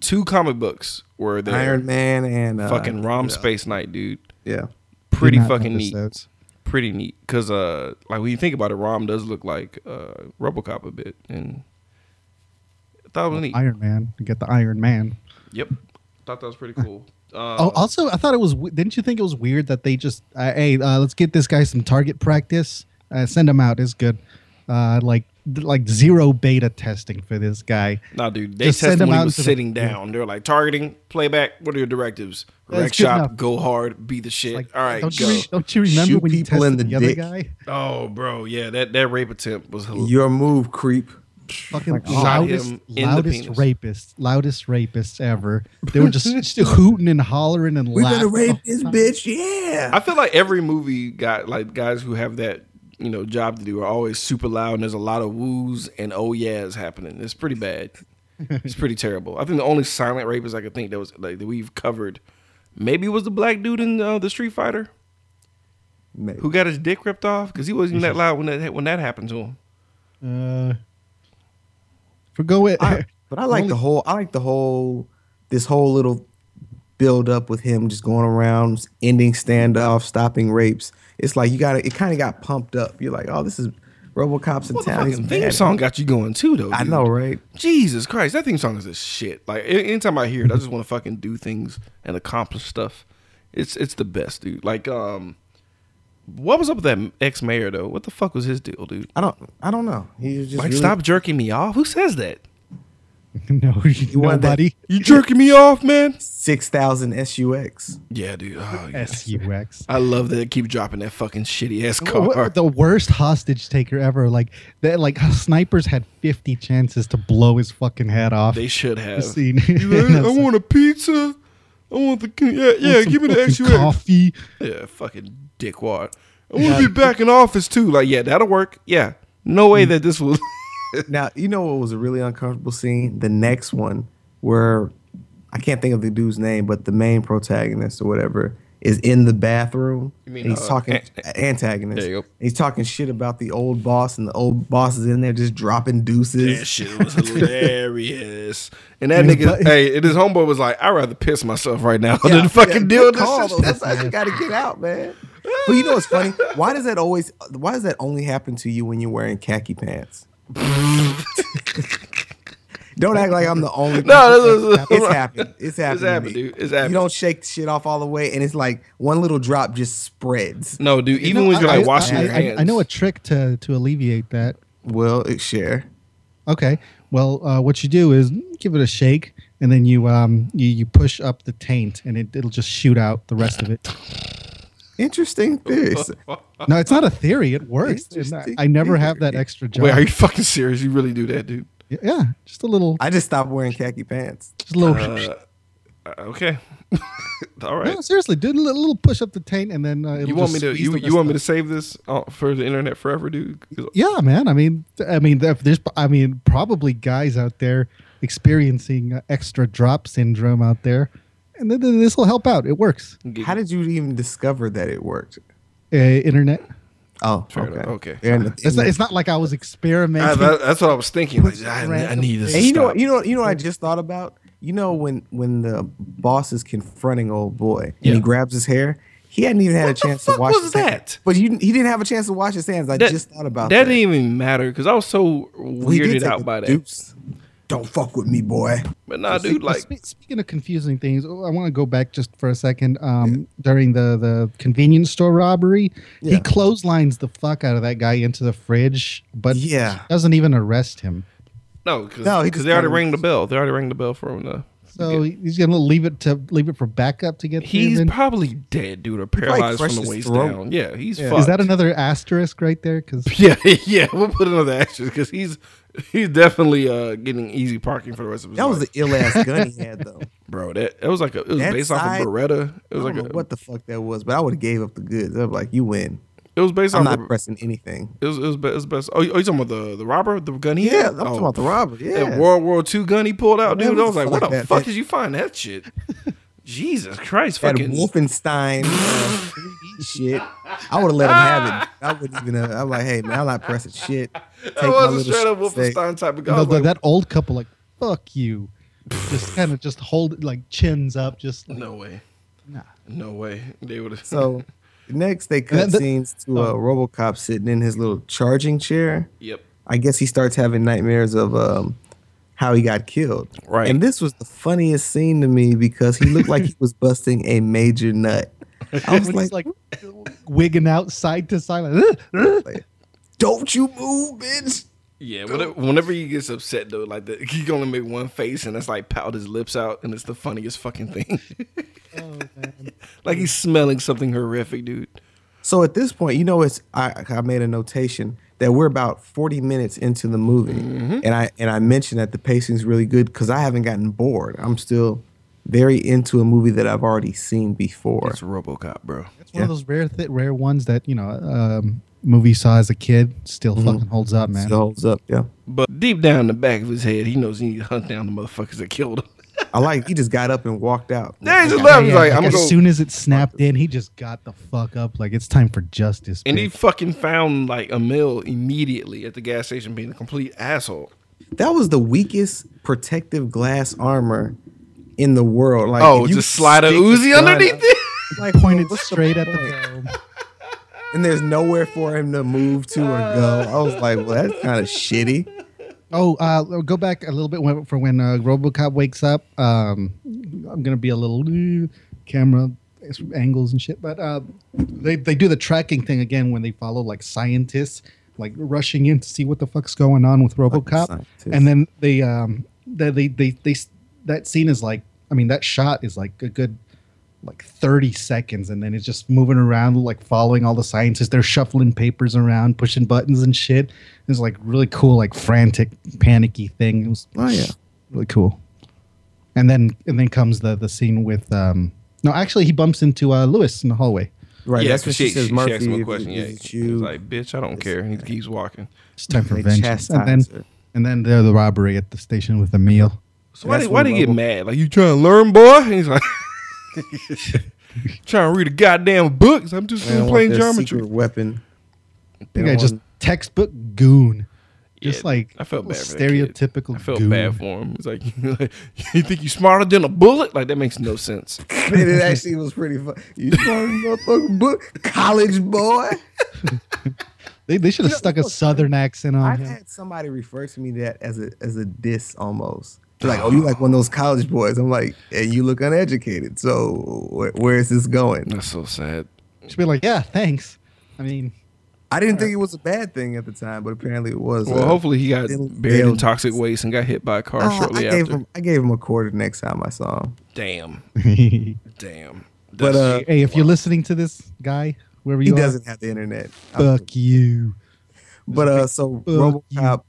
Speaker 1: two comic books were there.
Speaker 3: Iron Man and uh,
Speaker 1: fucking Rom Space Night, dude.
Speaker 3: Yeah.
Speaker 1: Pretty
Speaker 2: not
Speaker 1: fucking
Speaker 2: notice
Speaker 1: neat.
Speaker 2: that.
Speaker 1: Pretty neat because uh, like when you think about it, Rom does look like uh, RoboCop a bit, and I thought it was neat.
Speaker 2: Iron Man, you get the Iron
Speaker 1: Uh,
Speaker 2: Man.
Speaker 1: Yep, thought that was pretty cool. Uh,
Speaker 2: Oh, also, I thought it was. w- Didn't you think it was weird that they just, uh, hey, uh, let's get this guy some target practice, uh, send him out. It's good. Uh, like, like zero beta testing for this guy.
Speaker 1: Nah, dude, they
Speaker 2: Just
Speaker 1: test
Speaker 2: send
Speaker 1: him
Speaker 2: him
Speaker 1: when he
Speaker 2: out
Speaker 1: was
Speaker 2: into the-
Speaker 1: sitting down. They're like targeting, playback. What are your directives?
Speaker 2: That's
Speaker 1: Wreck
Speaker 2: good
Speaker 1: shop,
Speaker 2: enough.
Speaker 1: go hard, be the shit.
Speaker 2: Like,
Speaker 1: All right,
Speaker 2: don't
Speaker 1: go.
Speaker 2: you, re- don't you remember
Speaker 3: Shoot
Speaker 2: when you
Speaker 3: people
Speaker 2: tested
Speaker 3: in the
Speaker 2: the, other
Speaker 3: dick.
Speaker 2: guy?
Speaker 1: oh, bro, yeah, that that rape attempt was hilarious.
Speaker 3: Your move, creep.
Speaker 2: Fucking
Speaker 1: shot
Speaker 2: loudest,
Speaker 1: him in the
Speaker 2: loudest
Speaker 1: penis.
Speaker 2: rapists, loudest rapists ever. They were just hooting and hollering and
Speaker 3: We're gonna
Speaker 2: laughing.
Speaker 3: rape this bitch. Yeah.
Speaker 1: I feel like every movie got like guys who have that you know job to do are always super loud and there's a lot of woos and oh yeahs happening. It's pretty bad. it's pretty terrible. I think the only silent rapist I could think that was like that we've covered maybe was the black dude in uh, the Street Fighter
Speaker 3: Maybe.
Speaker 1: who got his dick ripped off because he wasn't even that loud when that when that happened to him.
Speaker 2: Uh, forgo it.
Speaker 3: I- but I like the whole. I like the whole. This whole little build up with him just going around, ending standoff, stopping rapes. It's like you got to It kind of got pumped up. You're like, oh, this is RoboCop's in
Speaker 1: What the
Speaker 3: town. He's
Speaker 1: fucking theme
Speaker 3: mad.
Speaker 1: song got you going too though?
Speaker 3: I
Speaker 1: dude?
Speaker 3: know, right?
Speaker 1: Jesus Christ, that theme song is a shit. Like a- anytime I hear it, I just want to fucking do things and accomplish stuff. It's it's the best, dude. Like um, what was up with that ex mayor though? What the fuck was his deal, dude?
Speaker 3: I don't. I don't know. He was just
Speaker 1: Like
Speaker 3: really-
Speaker 1: stop jerking me off. Who says that?
Speaker 2: no,
Speaker 3: want that-
Speaker 2: nobody.
Speaker 1: You jerking me off, man?
Speaker 3: six thousand SUX.
Speaker 1: Yeah, dude. Oh, yes.
Speaker 2: SUX.
Speaker 1: I love that. they Keep dropping that fucking shitty ass
Speaker 2: Wha- wha-
Speaker 1: car.
Speaker 2: the worst hostage taker ever. Like that. Like snipers had fifty chances to blow his fucking head off.
Speaker 1: They should have.
Speaker 2: scene.
Speaker 1: You ready? I want a pizza. I want the yeah yeah.
Speaker 2: Want some
Speaker 1: give me the
Speaker 2: fucking
Speaker 1: extra
Speaker 2: coffee.
Speaker 1: Yeah, fucking dickwad. I want to be back in office too. Like, yeah, that'll work. Yeah, no way that this will.
Speaker 3: Now you know what was a really uncomfortable scene. The next one where I can't think of the dude's name, but the main protagonist or whatever is in the bathroom.
Speaker 1: You mean,
Speaker 3: and he's
Speaker 1: uh,
Speaker 3: talking
Speaker 1: an-
Speaker 3: antagonist.
Speaker 1: There you go.
Speaker 3: He's talking shit about the old boss, and the old boss is in there just dropping
Speaker 1: that
Speaker 3: deuces.
Speaker 1: shit was hilarious. And that
Speaker 2: Yeah,
Speaker 1: nigga,
Speaker 2: but-
Speaker 1: hey, and his homeboy was like, "I'd rather piss myself right now than fucking deal with
Speaker 3: Good call,
Speaker 1: this."
Speaker 3: though.
Speaker 1: shit."
Speaker 3: That's how you got to get out, man. But you know what's funny? Why does that always? Why does that only happen to you when you're wearing khaki pants? Don't act like I'm the only.
Speaker 1: No, that's-
Speaker 3: it's happened. It's happened. to
Speaker 1: happened,
Speaker 3: me.
Speaker 1: dude. It's happened.
Speaker 3: You don't shake the shit off all the way, and it's like one little drop just spreads.
Speaker 1: No, dude. Even
Speaker 2: No,
Speaker 1: when you're
Speaker 2: I-
Speaker 1: like
Speaker 2: I-
Speaker 1: washing
Speaker 2: I,
Speaker 1: your
Speaker 2: I-
Speaker 1: hands,
Speaker 2: I know a trick to to alleviate that.
Speaker 3: Well, it share.
Speaker 2: Okay. Well, uh, what you do is give it a shake, and then you um you, you push up the taint, and it, it'll just shoot out the rest of it.
Speaker 3: Interesting theory.
Speaker 2: No, it's not a theory. It works. And I,
Speaker 3: Interesting
Speaker 2: I never have that extra job.
Speaker 1: Wait, are you fucking serious? You really do that, dude?
Speaker 2: Yeah, just a little,
Speaker 3: I just stopped wearing khaki pants.
Speaker 2: just a little.
Speaker 1: Uh, Okay. All right.
Speaker 2: no, seriously, do a li- little push up the taint, and then uh, it'll
Speaker 1: you want
Speaker 2: just
Speaker 1: me to
Speaker 2: squeeze
Speaker 1: you,
Speaker 2: the
Speaker 1: you
Speaker 2: rest
Speaker 1: want me
Speaker 2: out.
Speaker 1: to save this uh, for the internet forever, dude? 'Cause
Speaker 2: Yeah, man. I mean, th- I mean, there- there's, I mean, probably guys out there experiencing uh, extra drop syndrome out there, and then this will help out. It works.
Speaker 1: Mm.
Speaker 3: How did you even discover that it worked?
Speaker 2: Uh, internet.
Speaker 3: Oh,
Speaker 1: Fair
Speaker 3: okay.
Speaker 1: enough. Okay.
Speaker 3: And,
Speaker 2: It's not, it's not like I was
Speaker 1: I-
Speaker 2: experimenting.
Speaker 1: that- that's what I was thinking. Like, I, I need this.
Speaker 3: and
Speaker 1: to
Speaker 3: you know, what-
Speaker 1: stop.
Speaker 3: you know, you know. What I just thought about. You know, when when the boss is confronting old boy and
Speaker 1: Yeah.
Speaker 3: he grabs his hair, he hadn't even had
Speaker 1: What
Speaker 3: a
Speaker 1: the
Speaker 3: chance
Speaker 1: fuck
Speaker 3: to wash
Speaker 1: was
Speaker 3: his
Speaker 1: that?
Speaker 3: Hands. But you, he didn't have a chance to wash his hands. I just thought about
Speaker 1: that.
Speaker 3: that.
Speaker 1: didn't even matter because I was so
Speaker 3: We did
Speaker 1: weirded
Speaker 3: take
Speaker 1: out
Speaker 3: a
Speaker 1: by that.
Speaker 3: deuce. Don't fuck with me, boy.
Speaker 1: But nah, dude,
Speaker 2: Speak-
Speaker 1: like
Speaker 2: spe- speaking of confusing things, oh, I want to go back just for a second. Um, during the the convenience store robbery,
Speaker 3: Yeah.
Speaker 2: he clotheslines the fuck out of that guy into the fridge, but
Speaker 3: Yeah.
Speaker 2: doesn't even arrest him.
Speaker 1: no, because
Speaker 3: No, he just
Speaker 1: they already
Speaker 3: kinda-
Speaker 1: rang the bell. They already rang the bell for him. To
Speaker 2: So he's gonna leave it to leave it for backup to get.
Speaker 1: he's
Speaker 2: there then?
Speaker 1: probably dead, dude, or paralyzed from
Speaker 3: crushed
Speaker 1: the
Speaker 3: his
Speaker 1: waist
Speaker 3: throat.
Speaker 1: down. Yeah, he's
Speaker 3: Yeah.
Speaker 1: fucked.
Speaker 2: is that another asterisk right there? Because
Speaker 1: Yeah, yeah. We'll put another action because he's he's definitely uh getting easy parking for the rest of his
Speaker 3: That
Speaker 1: life.
Speaker 3: was the ill ass gun he had though.
Speaker 1: bro. That that was like a it was
Speaker 3: That
Speaker 1: based off
Speaker 3: side-
Speaker 1: of Beretta. It
Speaker 3: I
Speaker 1: was
Speaker 3: don't
Speaker 1: like
Speaker 3: know
Speaker 1: a,
Speaker 3: what the fuck that was, but I would have gave up the goods. I'm like, you win.
Speaker 1: it was based
Speaker 3: I'm
Speaker 1: off.
Speaker 3: not
Speaker 1: Of,
Speaker 3: pressing anything.
Speaker 1: it was it was, be- it was best. Oh, you- oh, you talking about the the robber, the gun he
Speaker 3: Yeah,
Speaker 1: had?
Speaker 3: I'm talking
Speaker 1: Oh.
Speaker 3: about the robber.
Speaker 1: That
Speaker 3: Yeah,
Speaker 1: World War II gun he pulled out,
Speaker 3: Man,
Speaker 1: dude.
Speaker 3: what
Speaker 1: I
Speaker 3: the
Speaker 1: was like,
Speaker 3: fuck
Speaker 1: what the
Speaker 3: that-
Speaker 1: fuck
Speaker 3: that-
Speaker 1: did you find that shit? Jesus Christ,
Speaker 3: that
Speaker 1: fucking
Speaker 3: Wolfenstein uh, 3D shit. I would have let him have it. I wouldn't even. Uh, I'm like, hey man, I'm not pressing shit. Take
Speaker 1: That
Speaker 3: my
Speaker 1: was a
Speaker 3: little
Speaker 1: straight up
Speaker 3: steak.
Speaker 1: Wolfenstein type of
Speaker 2: you
Speaker 1: gun.
Speaker 2: know,
Speaker 1: I was
Speaker 2: the,
Speaker 1: like,
Speaker 2: that old couple, like fuck you, just kind of just hold like chins up, just like,
Speaker 1: no way,
Speaker 2: nah.
Speaker 1: no way. They would have.
Speaker 3: So next, they cut
Speaker 2: And the- Oh.
Speaker 3: scenes to uh, RoboCop sitting in his little charging chair.
Speaker 1: yep.
Speaker 3: I guess he starts having nightmares of um, how he got killed.
Speaker 1: Right.
Speaker 3: And this was the funniest scene to me because he looked like he was busting a major nut. I was
Speaker 2: When
Speaker 3: like,
Speaker 2: he's like wigging out side to side, like,
Speaker 3: "Don't you move, bitch!"
Speaker 1: Yeah. Whenever, whenever he gets upset though, like the, he can only make one face, and it's like pout his lips out, and it's the funniest fucking thing.
Speaker 3: Oh,
Speaker 1: like he's smelling something horrific, dude.
Speaker 3: So at this point, you know, it's I, I made a notation that we're about 40 minutes into the movie,
Speaker 1: Mm-hmm.
Speaker 3: and I and I mentioned that the pacing's really good because I haven't gotten bored. I'm still very into a movie that I've already seen before.
Speaker 1: It's RoboCop, bro.
Speaker 2: It's one of those rare, th- rare ones that you know, um, movie saw as a kid still fucking holds up, man.
Speaker 3: Mm-hmm. Still holds up, yeah.
Speaker 1: But deep down in the back of his head, he knows he need to hunt down the motherfuckers that killed him.
Speaker 3: I like he just got up and walked out.
Speaker 1: Yeah, he just
Speaker 2: Yeah,
Speaker 1: left. He's
Speaker 2: yeah,
Speaker 1: like,
Speaker 2: like,
Speaker 1: I'm gonna
Speaker 2: as
Speaker 1: go.
Speaker 2: soon as it snapped in, he just got the fuck up. Like it's time for justice.
Speaker 1: And he
Speaker 2: bitch.
Speaker 1: fucking found like a mill immediately at the gas station, being a complete asshole.
Speaker 3: That was the weakest protective glass armor in the world. Like,
Speaker 1: Oh,
Speaker 3: if you
Speaker 1: just slide a
Speaker 3: stick
Speaker 1: Uzi
Speaker 3: the gun
Speaker 1: underneath
Speaker 3: up-
Speaker 1: it.
Speaker 3: Like,
Speaker 2: pointed
Speaker 3: what's the
Speaker 2: straight at the
Speaker 3: point?
Speaker 2: film.
Speaker 3: and there's nowhere for him to move to or go. I was like, well, that's kind of shitty.
Speaker 2: Oh, uh, go back a little bit when, for when uh, RoboCop wakes up. Um, I'm gonna be a little uh, camera angles and shit, but uh, they they do the tracking thing again when they follow like scientists, like rushing in to see what the fuck's going on with RoboCop,
Speaker 3: scientists.
Speaker 2: and then they um they they they, they s- that scene is like I mean that shot is like a good like 30 seconds and then it's just moving around like following all the scientists they're shuffling papers around pushing buttons and shit it's like really cool like frantic panicky thing it was
Speaker 3: Oh yeah.
Speaker 2: really cool and then and then comes the the scene with um no actually he bumps into uh lewis in the hallway
Speaker 3: Right.
Speaker 1: yeah,
Speaker 3: that's what she, says. Murphy,
Speaker 1: she asked him a
Speaker 3: if-
Speaker 1: question. Yeah,
Speaker 3: if it's
Speaker 1: he's
Speaker 3: you.
Speaker 1: like, bitch, I don't care. And he keeps walking.
Speaker 2: it's time for
Speaker 3: They
Speaker 2: vengeance and then
Speaker 3: chastise her.
Speaker 2: and then there the robbery at the station with the meal
Speaker 1: So why
Speaker 3: That's
Speaker 1: did why
Speaker 3: when
Speaker 1: did he get
Speaker 3: Robo-
Speaker 1: mad? Like you trying to learn, boy? And he's like, trying to read a goddamn book. I'm just
Speaker 3: They don't want
Speaker 1: playing
Speaker 3: their
Speaker 1: geometry.
Speaker 3: secret weapon.
Speaker 2: the
Speaker 3: They
Speaker 2: guy
Speaker 3: don't
Speaker 2: just
Speaker 3: want-
Speaker 2: textbook goon
Speaker 1: Yeah,
Speaker 2: just like
Speaker 1: I felt bad for that kid.
Speaker 2: stereotypical
Speaker 1: I felt
Speaker 2: goon.
Speaker 1: bad for him. It's like, you think you smarter than a bullet? Like that makes no sense.
Speaker 3: And it actually was pretty fun. You fucking motherfucking book, college boy.
Speaker 2: they, they should have stuck a southern accent on
Speaker 3: I've
Speaker 2: him
Speaker 3: had somebody refer to me that as a as a diss almost. They're like, oh, you like one of those college boys. I'm like, and you look uneducated. So wh- where is this going?
Speaker 1: That's so sad.
Speaker 2: should be like yeah thanks i mean
Speaker 3: I didn't think it was a bad thing at the time, but apparently it was.
Speaker 1: Well,
Speaker 3: uh,
Speaker 1: hopefully he got
Speaker 3: it'll-
Speaker 1: buried in
Speaker 3: it'll-
Speaker 1: toxic waste and got hit by a car
Speaker 3: Uh, I
Speaker 1: shortly
Speaker 3: gave
Speaker 1: after.
Speaker 3: him I gave him a quarter the next time I saw him.
Speaker 1: Damn,
Speaker 2: hey,
Speaker 1: damn.
Speaker 3: But, uh,
Speaker 2: if you're listening to this guy, wherever
Speaker 3: He
Speaker 2: you are, Uh,
Speaker 3: doesn't have the internet. I'm-
Speaker 2: fuck you.
Speaker 3: But uh, so
Speaker 2: fuck you.
Speaker 3: RoboCop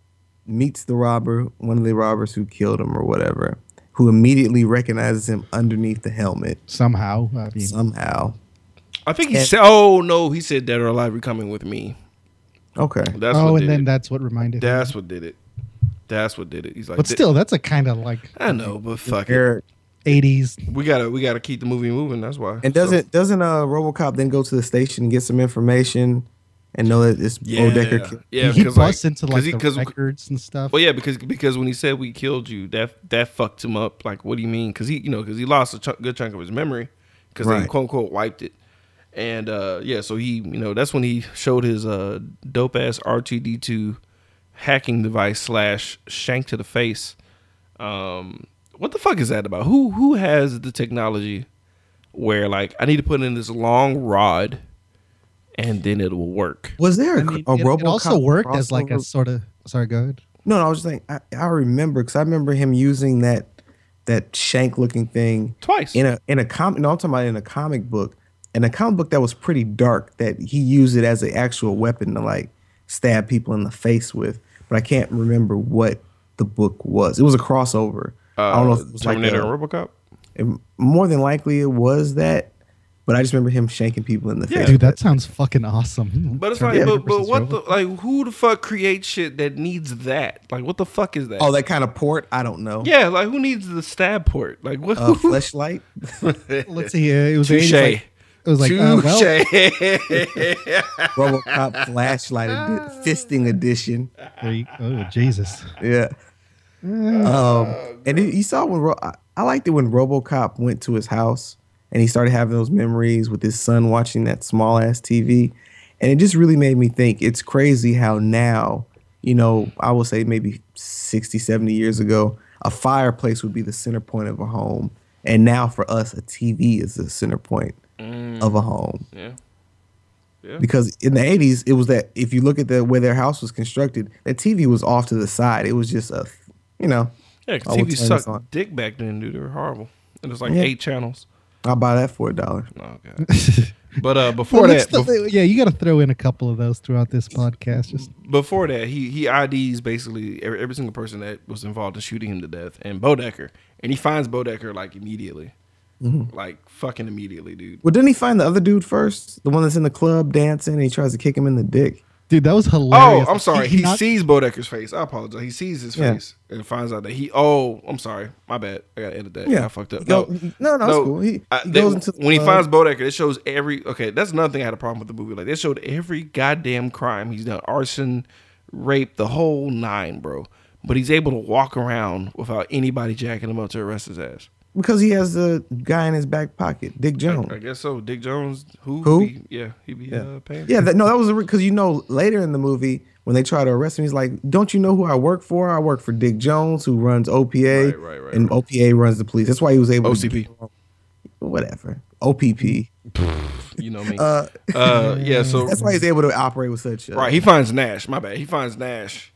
Speaker 3: meets the robber, one of the robbers who killed him or whatever, who immediately recognizes him underneath the helmet
Speaker 2: Somehow, I mean,
Speaker 3: somehow.
Speaker 1: I think he said, "Oh no," he said, "Dead or alive, you're coming with me."
Speaker 3: Okay,
Speaker 1: That's
Speaker 2: oh,
Speaker 1: what
Speaker 2: and
Speaker 1: did
Speaker 2: then
Speaker 1: it.
Speaker 2: that's what reminded. him.
Speaker 1: That's what did it. That's what did it. He's like,
Speaker 2: But
Speaker 1: "Th-
Speaker 2: still, that's a kind of like
Speaker 1: I know, but fuck it.
Speaker 3: Eric
Speaker 2: 80s.
Speaker 1: We gotta we gotta keep the movie moving. That's why.
Speaker 3: And doesn't doesn't uh RoboCop then go to the station and get some information and know that it's
Speaker 1: yeah,
Speaker 3: Bodecker?
Speaker 1: yeah,
Speaker 3: kid?
Speaker 1: yeah,
Speaker 2: Oh, he
Speaker 1: because, like-
Speaker 2: busts into
Speaker 1: 'cause
Speaker 2: like
Speaker 1: he-
Speaker 2: the
Speaker 1: 'cause-
Speaker 2: records and stuff.
Speaker 1: Well, yeah, because because when he said we killed you, that that fucked him up. Like, what do you mean? Because he, you know, because he lost a chunk, good chunk of his memory because they
Speaker 3: Right.
Speaker 1: quote unquote wiped it. And uh, yeah, so he, you know, that's when he showed his uh, dope ass RTD two hacking device slash shank to the face. Um, what the fuck is that about? Who who has the technology where like I need to put in this long rod and then it will work?
Speaker 3: Was there a,
Speaker 2: I mean,
Speaker 3: a
Speaker 2: it,
Speaker 3: RoboCop?
Speaker 2: it also worked as like a
Speaker 3: crossover?
Speaker 2: sort of. Sorry, go ahead.
Speaker 3: No, no, I was just saying. I, I remember because I remember him using that that shank looking thing
Speaker 1: Twice.
Speaker 3: in a in a comic. No, I'm talking about in a comic book. In a comic book that was pretty dark. That he used it as an actual weapon to like stab people in the face with. But I can't remember what the book was. It was a crossover. I don't know if it was like
Speaker 1: Terminator
Speaker 3: a-
Speaker 1: and RoboCop.
Speaker 3: it- more than likely it was that. But I just remember him shanking people in the
Speaker 1: Yeah.
Speaker 3: face.
Speaker 2: Dude, that sounds fucking awesome.
Speaker 1: But it's
Speaker 2: Turn
Speaker 1: like,
Speaker 2: it
Speaker 1: but, but
Speaker 2: versus
Speaker 1: what the
Speaker 2: robot.
Speaker 1: like? Who the fuck creates shit that needs that? Like, what the fuck is that?
Speaker 3: Oh, that kind of port. I don't know.
Speaker 1: yeah, like who needs the stab port? Like what?
Speaker 3: Uh, fleshlight.
Speaker 2: Let's see. Uh, it was
Speaker 1: Touche.
Speaker 2: 80s, like, it was like uh, well, there
Speaker 3: RoboCop flashlight edi- fisting edition.
Speaker 2: you- oh Jesus.
Speaker 3: Yeah. Um, and it, you saw when Ro- I, I liked it when RoboCop went to his house and he started having those memories with his son watching that small ass TV, and it just really made me think. It's crazy how now, you know, I will say maybe 60, 70 years ago, a fireplace would be the center point of a home, and now for us, a TV is the center point of a home
Speaker 1: yeah,
Speaker 3: because in the eighties, it was that if you look at the way their house was constructed, the TV was off to the side. It was just a, you know,
Speaker 1: yeah. 'cause
Speaker 3: I will
Speaker 1: TV
Speaker 3: turn this on.
Speaker 1: sucked dick back then, dude. They were horrible. And it's like
Speaker 3: Yeah.
Speaker 1: eight channels.
Speaker 3: I'll buy that for a dollar.
Speaker 1: Oh god. But uh, before
Speaker 2: Well,
Speaker 1: that,
Speaker 2: that's the
Speaker 1: bef-
Speaker 2: thing. yeah, you got to throw in a couple of those throughout this podcast. Just
Speaker 1: before that, he he IDs basically every, every single person that was involved in shooting him to death, and Bodecker, and he finds Bodecker like immediately,
Speaker 2: Mm-hmm.
Speaker 1: like fucking immediately, dude.
Speaker 3: Well, didn't he find the other dude first, the one that's in the club dancing, and he tries to kick him in the dick?
Speaker 2: dude, that was
Speaker 1: Oh,
Speaker 2: hilarious.
Speaker 1: I'm sorry. He,
Speaker 2: knocked-
Speaker 1: sees Bodecker's face. I apologize. He sees his
Speaker 3: Yeah.
Speaker 1: face and finds out that he. Oh, I'm sorry. My bad. I gotta edit that. Yeah, I fucked up.
Speaker 3: He go- no, no, it's cool. He,
Speaker 1: I-
Speaker 3: he
Speaker 1: they-
Speaker 3: goes into the
Speaker 1: when he
Speaker 3: club.
Speaker 1: finds Bodecker, it shows every. Okay, that's another thing I had a problem with the movie. Like they showed every goddamn crime he's done: arson, rape, the whole nine, bro. But he's able to walk around without anybody jacking him up to arrest his ass.
Speaker 3: because he has the guy in his back pocket, Dick Jones.
Speaker 1: I guess so. Dick Jones, who?
Speaker 3: Who?
Speaker 1: Be, yeah, he be Uh, paying.
Speaker 3: Yeah, that, no, that was because you know later in the movie when they try to arrest him, he's like, "Don't you know who I work for? I work for Dick Jones, who runs OPA,
Speaker 1: Right, right, right,
Speaker 3: and
Speaker 1: right.
Speaker 3: OPA runs the police. That's why he was able
Speaker 1: OCP.
Speaker 3: to whatever OPP.
Speaker 1: you know me. Uh, uh, yeah. So
Speaker 3: That's why he's able to operate with such. Uh,
Speaker 1: Right, he finds Nash. My bad. He finds Nash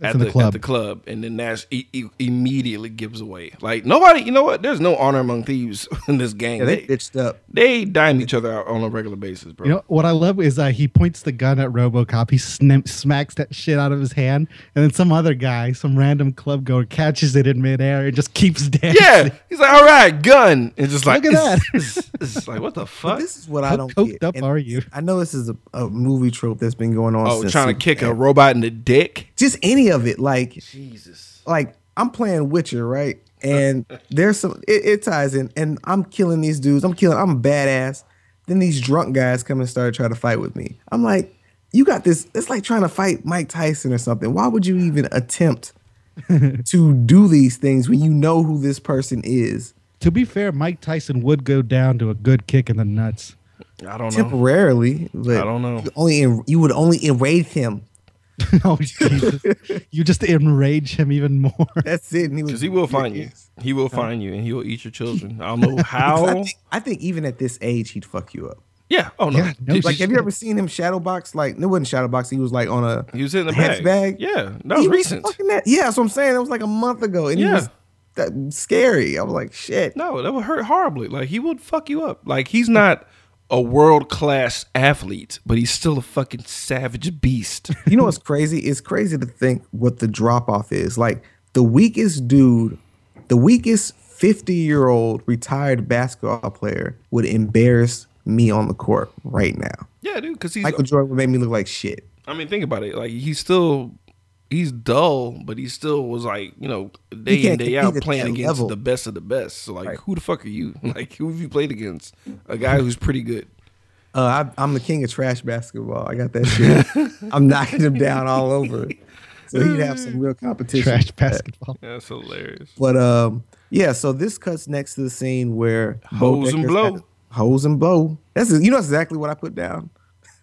Speaker 1: at
Speaker 2: in
Speaker 1: the,
Speaker 2: the club.
Speaker 1: at the club, and then Nash e- e- immediately gives away. Like nobody, you know what? There's no honor among thieves in this gang.
Speaker 3: Yeah, they
Speaker 1: they, they,
Speaker 3: bitched up.
Speaker 1: dime each other out on a regular basis, bro.
Speaker 2: You know what I love is uh, he points the gun at RoboCop. He snim- smacks that shit out of his hand, and then some other guy, some random club goer, catches it in midair and just keeps dancing.
Speaker 1: yeah, he's like, all right, gun, and just like
Speaker 2: Look at
Speaker 1: It's, it's- it's like what the fuck?
Speaker 3: This is what
Speaker 2: How
Speaker 3: I don't
Speaker 2: coked
Speaker 3: get.
Speaker 2: up are you?
Speaker 3: I know this is a, a movie trope that's been going on.
Speaker 1: oh,
Speaker 3: since
Speaker 1: trying to kick a
Speaker 3: Superman.
Speaker 1: robot in the dick.
Speaker 3: Just any of it, like
Speaker 1: Jesus.
Speaker 3: like I'm playing Witcher, right? And there's some it, it ties in, and I'm killing these dudes. I'm killing. I'm a badass. Then these drunk guys come and start trying to fight with me. I'm like, you got this. It's like trying to fight Mike Tyson or something. Why would you even attempt to do these things when you know who this person is
Speaker 2: To be fair, Mike Tyson would go down to a good kick in the nuts.
Speaker 1: I don't know.
Speaker 3: temporarily? But
Speaker 1: I don't know.
Speaker 3: you Only en- you would only enrage him.
Speaker 2: oh Jesus! you just enrage him even more.
Speaker 3: That's it. And
Speaker 1: Because he will find you. He will find you, and he will eat your children. I don't know
Speaker 3: I
Speaker 1: how.
Speaker 3: think, I think even at this age, he'd fuck you up.
Speaker 1: Yeah. Oh no.
Speaker 2: Yeah, no
Speaker 1: Dude,
Speaker 3: Like,
Speaker 1: like,
Speaker 3: have you ever seen him shadow box? Like, it wasn't shadow box. He was like on a
Speaker 1: he was in the
Speaker 3: a hex
Speaker 1: bag.
Speaker 3: bag.
Speaker 1: Yeah, that was
Speaker 3: He
Speaker 1: recent.
Speaker 3: fucking that- Yeah, that's what I'm saying. That was like a month ago, and
Speaker 1: Yeah.
Speaker 3: he was that scary. I was like, shit.
Speaker 1: No, that would hurt horribly. Like he would fuck you up. Like he's not a world class athlete, but he's still a fucking savage beast.
Speaker 3: You know what's crazy? It's crazy to think what the drop off is. Like the weakest dude, the weakest 50 year old retired basketball player would embarrass me on the court right now.
Speaker 1: yeah, dude. Because he's.
Speaker 3: Michael Jordan would make me look like shit.
Speaker 1: I mean, think about it. Like he's still he's dull, but he still was like, you know, day in
Speaker 3: can't
Speaker 1: day out
Speaker 3: compete at
Speaker 1: playing
Speaker 3: that
Speaker 1: against
Speaker 3: level.
Speaker 1: the best of the best. So like,
Speaker 3: Right.
Speaker 1: who the fuck are you? Like, who have you played against? A guy who's pretty good.
Speaker 3: Uh, I, I'm the king of trash basketball. I got that shit. I'm knocking him down all over. So he'd have some real competition.
Speaker 2: Trash basketball.
Speaker 1: That's hilarious.
Speaker 3: But um, yeah. So this cuts next to the scene where Bo
Speaker 1: Hose and
Speaker 3: Becker's
Speaker 1: blow.
Speaker 3: at- hose and blow. That's you know that's exactly what I put down.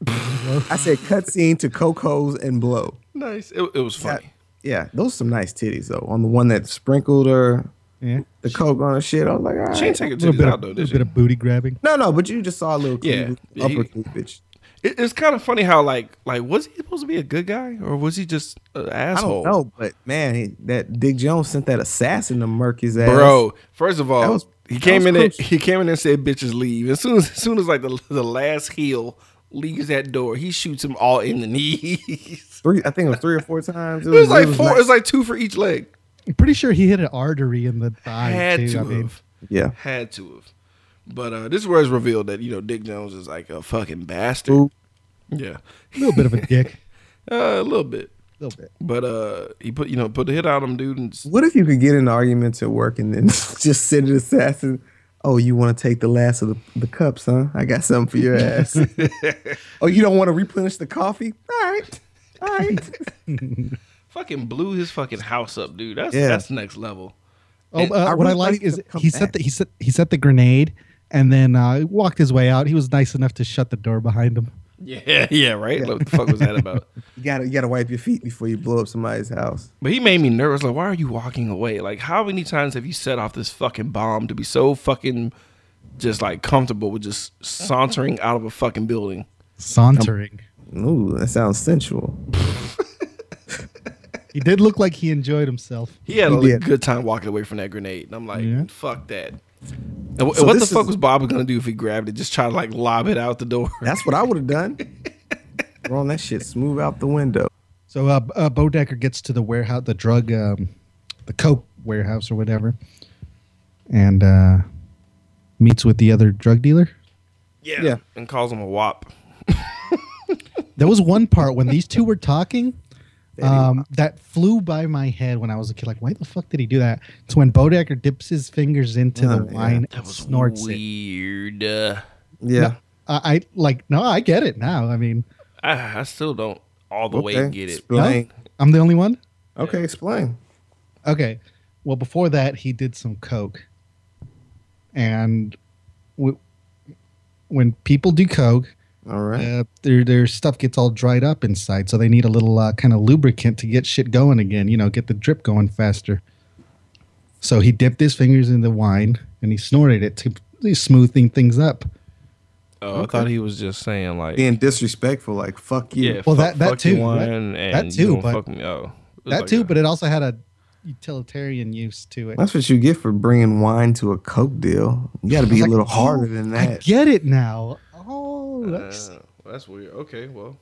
Speaker 3: I said cut scene to coke hose and blow.
Speaker 1: Nice. It, it was
Speaker 3: That-
Speaker 1: funny.
Speaker 3: yeah, those some nice titties though. On the one that sprinkled her
Speaker 2: Yeah.
Speaker 3: the coke on her shit, I was like, all
Speaker 1: She ain't
Speaker 3: right.
Speaker 1: take her
Speaker 2: A little
Speaker 1: titties
Speaker 2: bit,
Speaker 1: out
Speaker 2: of,
Speaker 1: though.
Speaker 2: little
Speaker 1: Did
Speaker 2: bit
Speaker 1: she?
Speaker 2: of booty grabbing.
Speaker 3: No, no, but you just saw a little
Speaker 1: Yeah,
Speaker 3: cleavage,
Speaker 1: yeah,
Speaker 3: upper
Speaker 1: he-
Speaker 3: cleavage.
Speaker 1: It, it's kind of funny how like like was he supposed to be a good guy or was he just an
Speaker 3: I don't
Speaker 1: asshole?
Speaker 3: know, but man, he- that Dick Jones sent that assassin to murk his ass.
Speaker 1: bro. First of all,
Speaker 3: That was-
Speaker 1: he
Speaker 3: that
Speaker 1: came in.
Speaker 3: was
Speaker 1: And,
Speaker 3: crucial.
Speaker 1: he came in and said, "Bitches leave." As soon as, as soon as like the, the last heel leaves that door, he shoots him all in the knees.
Speaker 3: three. I think it was three or four times.
Speaker 1: it was like four.
Speaker 3: nice.
Speaker 1: It was like two for each leg.
Speaker 2: I'm pretty sure he hit an artery in the thigh.
Speaker 1: had
Speaker 2: too,
Speaker 1: to
Speaker 2: I
Speaker 1: have.
Speaker 2: mean,
Speaker 3: yeah,
Speaker 1: Had to have. But uh, this is where it's revealed that you know Dick Jones is like a fucking bastard.
Speaker 3: Ooh.
Speaker 1: Yeah,
Speaker 2: a little bit of a dick.
Speaker 1: uh, a little bit.
Speaker 2: A little bit.
Speaker 1: But uh, he put you know put the hit on him, dude. And s-
Speaker 3: What if you could get in an argument at work and then just send an assassin? Oh, you want to take the last of the, the cups, huh? I got something for your ass. oh, you don't want to replenish the coffee? All right. All right.
Speaker 1: fucking blew his fucking house up, dude. That's
Speaker 3: Yeah.
Speaker 1: that's next level.
Speaker 2: Oh,
Speaker 1: And
Speaker 2: uh,
Speaker 3: I
Speaker 2: what I
Speaker 3: really
Speaker 2: like
Speaker 3: like
Speaker 2: is
Speaker 3: to come
Speaker 2: he set
Speaker 3: back.
Speaker 2: the he set he set the grenade and then uh, walked his way out. He was nice enough to shut the door behind him.
Speaker 1: Yeah, yeah, right. Like, what the fuck was that about?
Speaker 3: You gotta you gotta wipe your feet before you blow up somebody's house.
Speaker 1: But he made me nervous. Like, why are you walking away? Like, how many times have you set off this fucking bomb to be so fucking just like comfortable with just sauntering out of a fucking building?
Speaker 2: Sauntering.
Speaker 3: Ooh, that sounds sensual.
Speaker 2: he did look like he enjoyed himself.
Speaker 1: He had
Speaker 3: He
Speaker 1: a
Speaker 3: did.
Speaker 1: good time walking away from that grenade. And I'm like,
Speaker 2: Yeah.
Speaker 1: fuck that. And wh-
Speaker 3: So
Speaker 1: what the
Speaker 3: this
Speaker 1: fuck
Speaker 3: is-
Speaker 1: was Bob gonna do if he grabbed it? Just try to like lob it out the door.
Speaker 3: That's what I would have done. Throwing that shit smooth out the window.
Speaker 2: So uh, B- uh, Bodecker gets to the warehouse, the drug, um, the coke warehouse or whatever, and uh, meets with the other drug dealer.
Speaker 1: yeah.
Speaker 3: Yeah.
Speaker 1: And calls him a wop.
Speaker 2: There was one part when these two were talking um, that flew by my head when I was a kid. Like, why the fuck did he do that? It's when Bodecker dips his fingers into the
Speaker 3: Oh, yeah.
Speaker 2: wine
Speaker 1: That
Speaker 2: and
Speaker 1: was
Speaker 2: snorts it.
Speaker 1: weird. Uh,
Speaker 3: Yeah.
Speaker 2: I, I like no, I get it now. I mean,
Speaker 1: I, I still don't all the way
Speaker 3: Okay,
Speaker 1: get it.
Speaker 2: no?
Speaker 3: Explain.
Speaker 2: I'm the only one.
Speaker 3: Okay, explain.
Speaker 2: Okay. Well, before that, he did some coke. And w- when people do coke,
Speaker 3: All right.
Speaker 2: uh, their their stuff gets all dried up inside, so they need a little uh, kind of lubricant to get shit going again. You know, get the drip going faster. So he dipped his fingers in the wine and he snorted it to smoothing things up.
Speaker 1: Oh, I thought he was just saying like
Speaker 3: Being disrespectful, like fuck you.
Speaker 1: Yeah,
Speaker 2: Well,
Speaker 1: fuck-
Speaker 2: that- that
Speaker 1: fuck your
Speaker 2: too,
Speaker 1: wine
Speaker 2: that-
Speaker 1: and
Speaker 2: that
Speaker 1: you
Speaker 2: too,
Speaker 1: gonna
Speaker 2: but-
Speaker 1: fuck me. Oh, it was
Speaker 2: That
Speaker 1: like
Speaker 2: too,
Speaker 1: a-
Speaker 2: but it also had a utilitarian use to it.
Speaker 3: That's what you get for bringing wine to a coke deal. You got to be a little harder than
Speaker 2: I
Speaker 3: that.
Speaker 2: get it now. Oh, that's
Speaker 1: Uh, that's weird. Okay, well,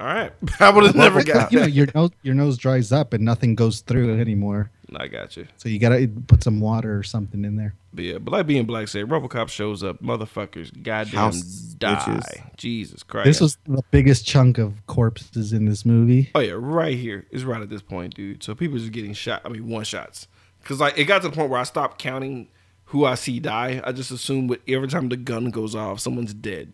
Speaker 1: all right. I would have never
Speaker 2: Like,
Speaker 1: got.
Speaker 2: you know,
Speaker 1: that.
Speaker 2: your nose your nose dries up and nothing goes through it anymore.
Speaker 1: I got you.
Speaker 2: So you gotta put some water or something in there.
Speaker 1: But yeah, but like being black said, RoboCop shows up, motherfuckers, goddamn
Speaker 3: House
Speaker 1: die.
Speaker 3: bitches.
Speaker 1: Jesus Christ.
Speaker 2: This was the biggest chunk of corpses in this movie.
Speaker 1: Oh yeah, right here is right at this point, dude. So people just getting shot. I mean, one shots. Cause like it got to the point where I stopped counting who I see die. I just assume with every time the gun goes off, someone's dead.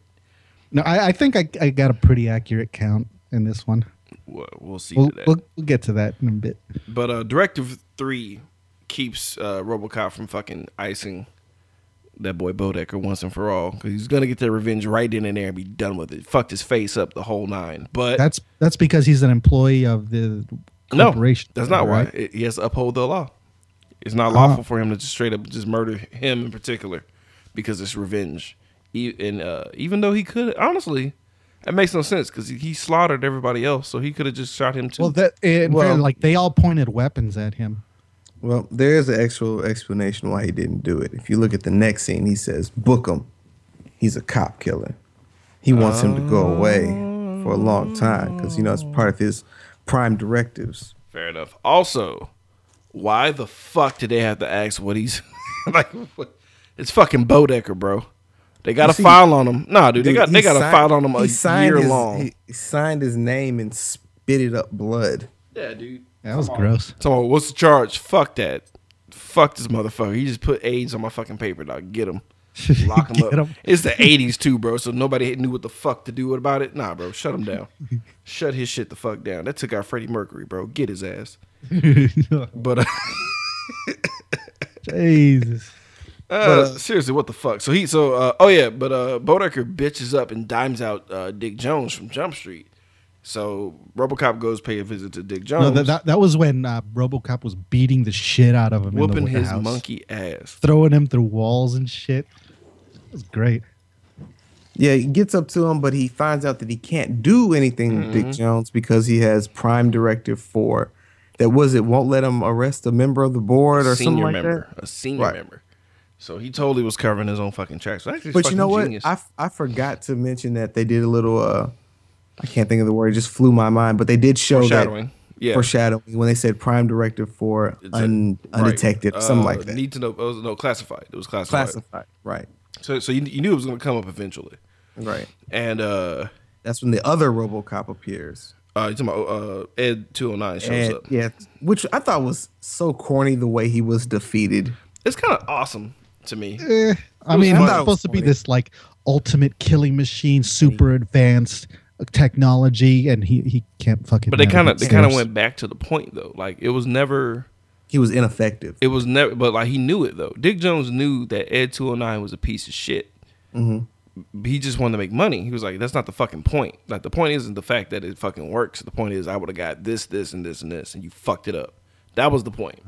Speaker 2: No, I, I think I, I got a pretty accurate count in this one.
Speaker 1: We'll, we'll see.
Speaker 2: We'll,
Speaker 1: to that.
Speaker 2: we'll, we'll get to that in a bit.
Speaker 1: But uh Directive Three keeps uh Robocop from fucking icing that boy Bodecker once and for all because he's gonna get their revenge right then and there and be done with it. Fucked his face up the whole nine. But
Speaker 2: That's that's because he's an employee of the
Speaker 1: no,
Speaker 2: corporation.
Speaker 1: that's not why.
Speaker 2: right? Uh-huh.
Speaker 1: It- he has to uphold the law. It's not lawful for him to just straight up just murder him in particular because it's revenge. E- and uh, even though he could, honestly, it makes no sense because he, he slaughtered everybody else, so he could have just shot him too.
Speaker 2: Well, that in
Speaker 3: Well-
Speaker 2: fair, like they all pointed weapons at him.
Speaker 3: Well, there is an actual explanation why he didn't do it. If you look at the next scene, he says, "Book him. He's a cop killer. He wants him to go away for a long time because you know it's part of his prime directives."
Speaker 1: Fair enough. Also, why the fuck did they have to ask what he's like? What, it's fucking Bodecker, bro. They got a
Speaker 3: see-
Speaker 1: file on him. Nah, dude, they got
Speaker 3: he
Speaker 1: they got a
Speaker 3: signed-
Speaker 1: file on him
Speaker 3: he
Speaker 1: a
Speaker 3: signed
Speaker 1: year
Speaker 3: his-
Speaker 1: long.
Speaker 3: He signed his name and spitted up blood.
Speaker 1: Yeah, dude.
Speaker 2: That was gross.
Speaker 1: So what's the charge? Fuck that. Fuck this motherfucker. He just put AIDS on my fucking paper, dog. Get him. Lock him up.
Speaker 2: Get 'em.
Speaker 1: It's the 80s too, bro. So nobody knew what the fuck to do about it. Nah, bro. Shut him down. Shut his shit the fuck down. That took out Freddie Mercury, bro. Get his ass. But uh,
Speaker 2: Jesus.
Speaker 1: Uh, seriously, what the fuck? So he, so uh, oh yeah, but uh, Bodecker bitches up and dimes out uh, Dick Jones from Jump Street. So RoboCop goes pay a visit to Dick Jones,
Speaker 2: No, that, that, that was when uh, RoboCop was beating the shit out of him, in
Speaker 1: whooping
Speaker 2: the
Speaker 1: his
Speaker 2: warehouse,
Speaker 1: monkey ass.
Speaker 2: throwing him through walls and shit. It was great.
Speaker 3: Yeah, he gets up to him, but he finds out that he can't do anything to
Speaker 1: Mm-hmm.
Speaker 3: Dick Jones because he has Prime Directive Four. That was it. Won't let him arrest a member of the board or something
Speaker 1: senior
Speaker 3: like
Speaker 1: member,
Speaker 3: that.
Speaker 1: a senior
Speaker 3: Right.
Speaker 1: member. So he totally was covering his own fucking tracks. Actually, it's
Speaker 3: But you know
Speaker 1: fucking
Speaker 3: what?
Speaker 1: genius.
Speaker 3: I, f- I forgot to mention that they did a little. uh I can't think of the word. It just flew my mind. But they did show
Speaker 1: Foreshadowing.
Speaker 3: that
Speaker 1: Yeah.
Speaker 3: foreshadowing when they said Prime Directive Four
Speaker 1: It's a-
Speaker 3: un,
Speaker 1: right.
Speaker 3: undetected, something like
Speaker 1: Uh,
Speaker 3: that.
Speaker 1: Need to know? It was, no, classified. It was classified.
Speaker 3: Classified. Right.
Speaker 1: So, so you, you knew it was going to come up eventually,
Speaker 3: Right.
Speaker 1: and uh,
Speaker 3: That's when the other RoboCop appears.
Speaker 1: uh, you talking about uh, Ed two hundred nine shows
Speaker 3: And-
Speaker 1: up.
Speaker 3: yeah, which I thought was so corny the way he was defeated.
Speaker 1: It's kind of awesome to me.
Speaker 2: Eh, I
Speaker 1: It was
Speaker 2: mean,
Speaker 1: fun.
Speaker 2: I'm not
Speaker 3: That was
Speaker 2: supposed to be
Speaker 3: funny.
Speaker 2: this like ultimate killing machine, super advanced uh, technology, and he, he can't fucking.
Speaker 1: But they kind of
Speaker 2: navigate
Speaker 1: they kind of
Speaker 2: stairs.
Speaker 1: went back to the point though. Like it was never
Speaker 3: He was ineffective.
Speaker 1: it was never but like he knew it though. Dick Jones knew that Ed 209 was a piece of shit.
Speaker 2: Mm-hmm.
Speaker 1: He just wanted to make money. He was like, that's not the fucking point. Like the point isn't the fact that it fucking works. The point is I would have got this, this, and this, and this, and you fucked it up. That was the point.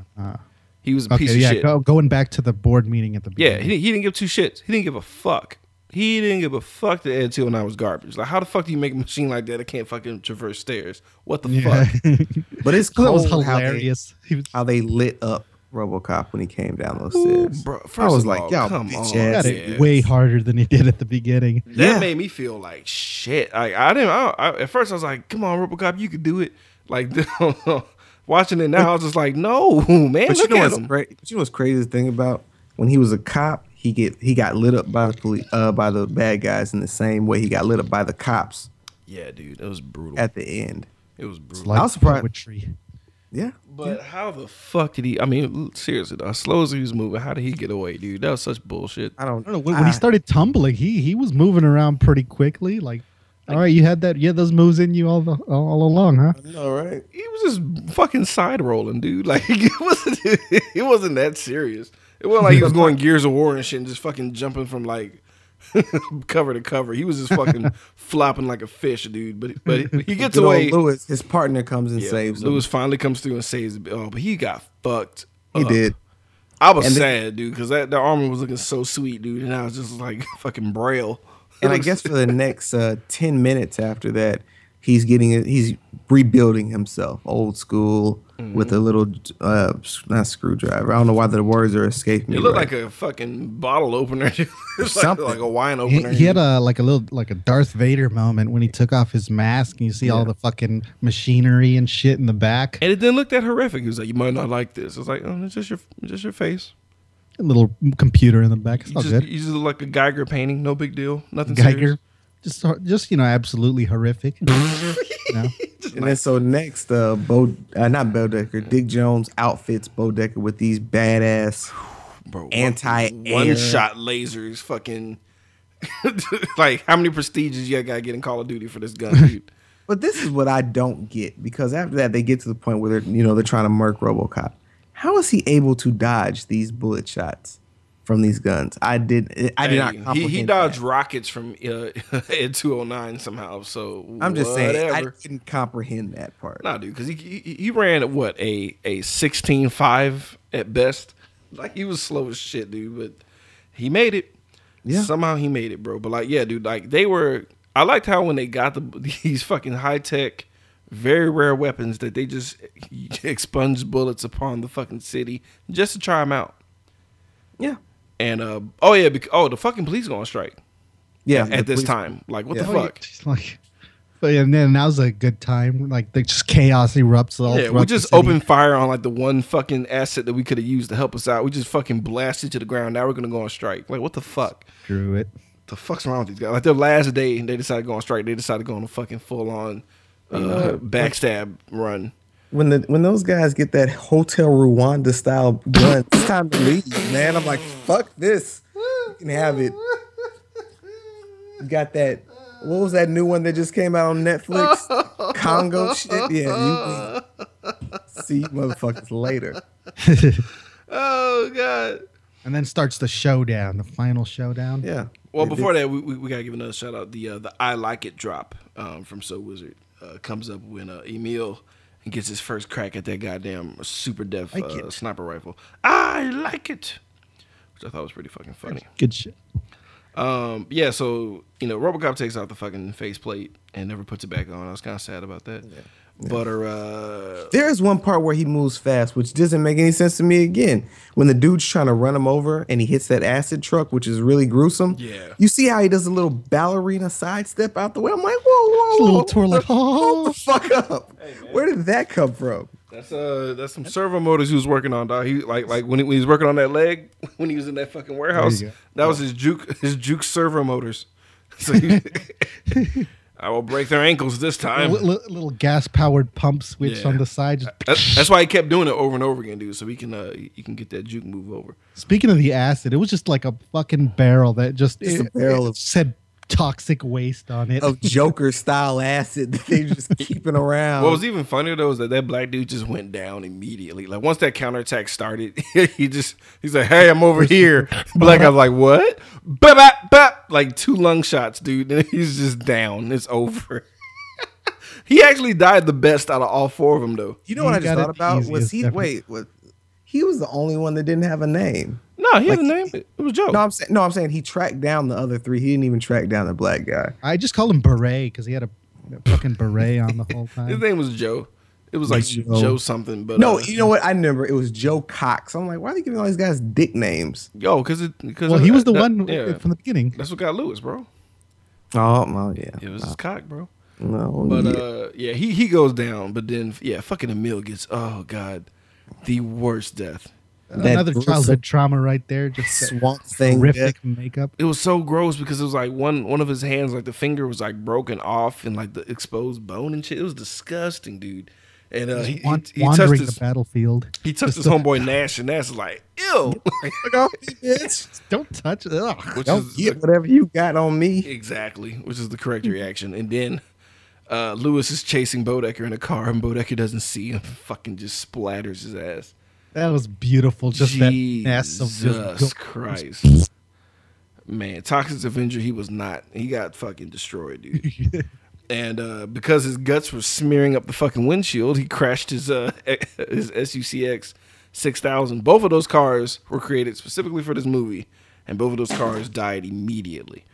Speaker 1: he was a
Speaker 2: Uh-huh. Okay,
Speaker 1: piece of
Speaker 2: yeah,
Speaker 1: shit.
Speaker 2: go- going back to the board meeting at the
Speaker 1: Yeah,
Speaker 2: beginning.
Speaker 1: he, he didn't give two shits. He didn't give a fuck. He didn't give a fuck that Ed 209 was garbage. Like how the fuck do you make a machine like that that can't fucking traverse stairs? What the fuck?
Speaker 3: But it's
Speaker 2: that was
Speaker 3: cold how they-
Speaker 2: hilarious. He was,
Speaker 3: How they, lit up RoboCop when he came down those stairs.
Speaker 1: bro, first
Speaker 3: I was
Speaker 1: of
Speaker 3: like,
Speaker 1: all,
Speaker 3: y'all
Speaker 1: come
Speaker 3: bitch
Speaker 1: on,
Speaker 3: ass.
Speaker 1: yes.
Speaker 2: got it way harder than he did at the beginning.
Speaker 1: That
Speaker 3: Yeah.
Speaker 1: made me feel like shit. Like I didn't. I, I, at first, I was like, "Come on, RoboCop, you can do it." Like watching it now, I was just like, "No, man,
Speaker 3: But you
Speaker 1: look
Speaker 3: know
Speaker 1: at
Speaker 3: what's
Speaker 1: him."
Speaker 3: cra- but you know what's crazy to think about when he was a cop, he get he got lit up by the police, uh, by the bad guys in the same way he got lit up by the cops
Speaker 1: Yeah, dude, it was brutal.
Speaker 3: at the end.
Speaker 1: it was brutal.
Speaker 2: Like
Speaker 3: was surprised-
Speaker 2: poetry.
Speaker 3: Yeah,
Speaker 1: but how the fuck did he? I mean, seriously, though, as slow as he was moving, how did he get away, dude? That was such bullshit.
Speaker 3: I don't,
Speaker 2: I don't know. When, when he started tumbling, he he was moving around pretty quickly. Like, all right, you had that. Yeah, those moves in you all the, all, all along, huh?
Speaker 3: All right.
Speaker 1: He was just fucking side rolling, dude. Like it wasn't. It wasn't that serious. It wasn't like he was going Gears of War and shit and just fucking jumping from like cover to cover. He was just fucking flopping like a fish, dude. But but he gets
Speaker 3: Good old
Speaker 1: away.
Speaker 3: Lewis, his partner comes and
Speaker 1: Yeah,
Speaker 3: saves him.
Speaker 1: Lewis finally comes through and saves. Oh, but he got fucked.
Speaker 3: he
Speaker 1: up.
Speaker 3: did.
Speaker 1: I was
Speaker 3: And the-
Speaker 1: sad, dude, because that the armor was looking so sweet, dude, and I was just like fucking braille.
Speaker 3: And I guess for the next uh, ten minutes after that, he's getting it. He's rebuilding himself, old school, with
Speaker 1: Mm-hmm.
Speaker 3: a little uh, not screwdriver. I don't know why the words are escaping me.
Speaker 1: it looked
Speaker 3: right
Speaker 1: like a fucking bottle opener. it was like,
Speaker 3: Something.
Speaker 1: like a wine
Speaker 2: He,
Speaker 1: opener.
Speaker 2: he had a like a little like a Darth Vader moment when he took off his mask and you see all the fucking machinery and shit in the back.
Speaker 1: and it didn't look that horrific. He was like, "You might not like this." It's like, "Oh, it's just your, just your face.
Speaker 2: A little computer in the back. It's
Speaker 1: You
Speaker 2: all
Speaker 1: just,
Speaker 2: Oh, good.
Speaker 1: you just look like a Geiger painting. No big deal. Nothing
Speaker 2: Geiger, just hor- just you know, absolutely horrific. You know?
Speaker 3: And then so next, uh, Bo, uh, not Bo Decker, Dick Jones outfits Bo Decker with these badass.
Speaker 1: serious,
Speaker 3: Anti-air.
Speaker 1: one shot lasers. Fucking like how many prestiges you gotta get in Call of Duty for this gun, dude?
Speaker 3: But this is what I don't get because after that they get to the point where they're you know they're trying to murk RoboCop. How is he able to dodge these bullet shots from these guns? I did. I did
Speaker 1: Hey,
Speaker 3: not.
Speaker 1: He,
Speaker 3: comprehend
Speaker 1: he
Speaker 3: that.
Speaker 1: dodged rockets from uh, Ed 209 somehow. So
Speaker 3: I'm just saying I
Speaker 1: whatever.
Speaker 3: didn't comprehend that part.
Speaker 1: nah, dude, because he, he he ran at what a a 16.5 at best. Like he was slow as shit, dude. But he made it.
Speaker 3: Yeah.
Speaker 1: Somehow he made it, bro. But like, yeah, dude. Like they were. I liked how when they got the these fucking high tech, very rare weapons that they just expunged bullets upon the fucking city just to try them out.
Speaker 3: Yeah.
Speaker 1: And uh, oh yeah, bec- oh the fucking police going on strike.
Speaker 3: Yeah. the
Speaker 1: at this
Speaker 3: police-
Speaker 1: time. Like, what
Speaker 3: Yeah.
Speaker 1: the
Speaker 2: Oh, you-
Speaker 1: fuck?
Speaker 2: Just like, but and then now's a good time. Like the just chaos erupts all.
Speaker 1: Yeah,
Speaker 2: throughout
Speaker 1: we
Speaker 2: the
Speaker 1: just
Speaker 2: city.
Speaker 1: opened fire on like the one fucking asset that we could have used to help us out. We just fucking blasted to the ground. Now we're gonna go on strike. Like, what the fuck?
Speaker 2: Screw it.
Speaker 1: The fuck's wrong with these guys? Like their last day, they decided to go on strike. They decided to go on a fucking full on uh, backstab run.
Speaker 3: when the when those guys get that hotel Rwanda style gun, it's time to leave, man. I'm like, fuck this. You can have it. You got that. What was that new one that just came out on Netflix? Congo shit. Yeah, you see you motherfuckers later.
Speaker 1: Oh God.
Speaker 2: And then starts the showdown, the final showdown.
Speaker 3: Yeah.
Speaker 1: Well,
Speaker 3: It-
Speaker 1: before that, we, we, we gotta give another shout out. The uh, the I like it drop um, from So Wizard uh, comes up when uh, Emil gets his first crack at that goddamn super deaf
Speaker 2: Like
Speaker 1: uh,
Speaker 2: it.
Speaker 1: sniper rifle. I like it, which I thought was pretty fucking funny.
Speaker 2: Good shit.
Speaker 1: Um, yeah, so you know, RoboCop takes out the fucking faceplate and never puts it back on. I was kind of sad about that. Butter, uh,
Speaker 3: There is one part where he moves fast, which doesn't make any sense to me again. When the dude's trying to run him over and he hits that acid truck, which is really gruesome.
Speaker 1: Yeah.
Speaker 3: You see how he does a little ballerina sidestep out the way? I'm like, whoa,
Speaker 2: Just a
Speaker 3: whoa,
Speaker 2: little
Speaker 3: whoa.
Speaker 2: twirl, like,
Speaker 3: Hold the
Speaker 2: oh.
Speaker 3: fuck up. Where did that come from?
Speaker 1: that's uh, that's some servo motors he was working on, dog. He like like when he, when he was working on that leg when he was in that fucking warehouse,
Speaker 2: go.
Speaker 1: that was his juke his juke servo motors. So he, I will break their ankles this time.
Speaker 2: Li- li- little gas powered pump switch
Speaker 1: Yeah.
Speaker 2: on the side. Just
Speaker 1: That- That's why he kept doing it over and over again, dude. So he can uh, you can get that juke move over.
Speaker 2: Speaking of the acid, it was just like a fucking barrel that just,
Speaker 3: Just
Speaker 2: it,
Speaker 3: a barrel
Speaker 2: it
Speaker 3: of- Oh,
Speaker 2: said toxic waste on it.
Speaker 3: Of Joker style acid that they just keeping around.
Speaker 2: Um,
Speaker 1: What was even funnier though is that that black dude just went down immediately. Like once that counterattack started, he just he's like, "Hey, I'm over here." Black guy's like, "What?" Bap, bap, bap. Like two lung shots, dude. And he's just down. It's over. he actually died the best out of all four of them, though.
Speaker 3: you know what
Speaker 2: He
Speaker 3: I just
Speaker 2: got it
Speaker 3: thought about?
Speaker 2: easy,
Speaker 3: Was
Speaker 2: it's
Speaker 3: he
Speaker 2: definitely-
Speaker 3: wait, was he was the only one that didn't have a name.
Speaker 1: No, he
Speaker 3: Like-
Speaker 1: didn't name it. It was Joe.
Speaker 3: No, I'm saying no, I'm saying he tracked down the other three. He didn't even track down the black guy.
Speaker 2: I just called him beret because he had a fucking beret on the whole
Speaker 1: His
Speaker 2: time.
Speaker 1: name was Joe. It was like Joe,
Speaker 3: Joe.
Speaker 1: something, but
Speaker 3: No,
Speaker 1: uh,
Speaker 3: you know what? I remember it was Joe Cox. I'm like, why are they giving all these guys dick names?
Speaker 1: yo, because it because
Speaker 2: Well, he was the one
Speaker 1: Yeah,
Speaker 2: from the beginning.
Speaker 1: that's what got Lewis, bro.
Speaker 3: Oh, well, yeah.
Speaker 1: It was
Speaker 2: Uh,
Speaker 1: his cock, bro.
Speaker 3: No,
Speaker 1: But
Speaker 3: yeah.
Speaker 1: uh, yeah, he he goes down, but then yeah, fucking Emil gets oh god, the worst death.
Speaker 3: That
Speaker 2: Another
Speaker 3: gruesome
Speaker 2: childhood trauma right there. Just that
Speaker 3: swamp thing.
Speaker 2: horrific makeup.
Speaker 1: It was so gross because it was like one one of his hands, like the finger was like broken off and like the exposed bone and shit. It was disgusting, dude. And uh, he, he-
Speaker 2: Wan-
Speaker 1: he touched
Speaker 2: wandering
Speaker 1: his
Speaker 2: the battlefield.
Speaker 1: he touched his homeboy Nash, and Nash is like ew,
Speaker 3: bitch.
Speaker 2: Don't touch. Ugh.
Speaker 1: which
Speaker 3: Don't
Speaker 1: is
Speaker 3: get whatever you got on me.
Speaker 1: exactly which is the correct reaction. And then uh, Lewis is chasing Bodecker in a car, and Bodecker doesn't see him, fucking just splatters his ass.
Speaker 2: That was beautiful. Just that mess of just
Speaker 1: Jesus Christ. Man, Toxic Avenger, he was not. He got fucking destroyed, dude. and uh, because his guts were smearing up the fucking windshield, he crashed his uh, his SUCX 6000. Both of those cars were created specifically for this movie, and both of those cars died immediately.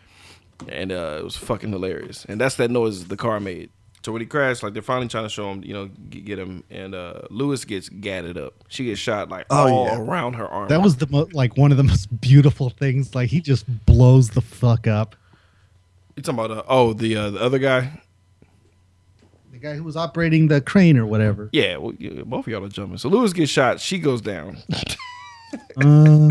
Speaker 1: And uh, it was fucking hilarious. And that's that noise the car made. So when he crashed, like they're finally trying to show him, you know, g- get him. And uh, Lewis gets gatted up. She gets shot like
Speaker 3: Oh,
Speaker 1: all
Speaker 3: yeah.
Speaker 1: around her arm.
Speaker 2: That was the mo- like one of the most beautiful things. Like he just blows the fuck up.
Speaker 1: You talking about uh, oh the uh, the other guy?
Speaker 2: The guy who was operating the crane or whatever.
Speaker 1: Yeah, well, yeah, both of y'all are jumping. So Lewis gets shot. She goes down.
Speaker 2: Uh,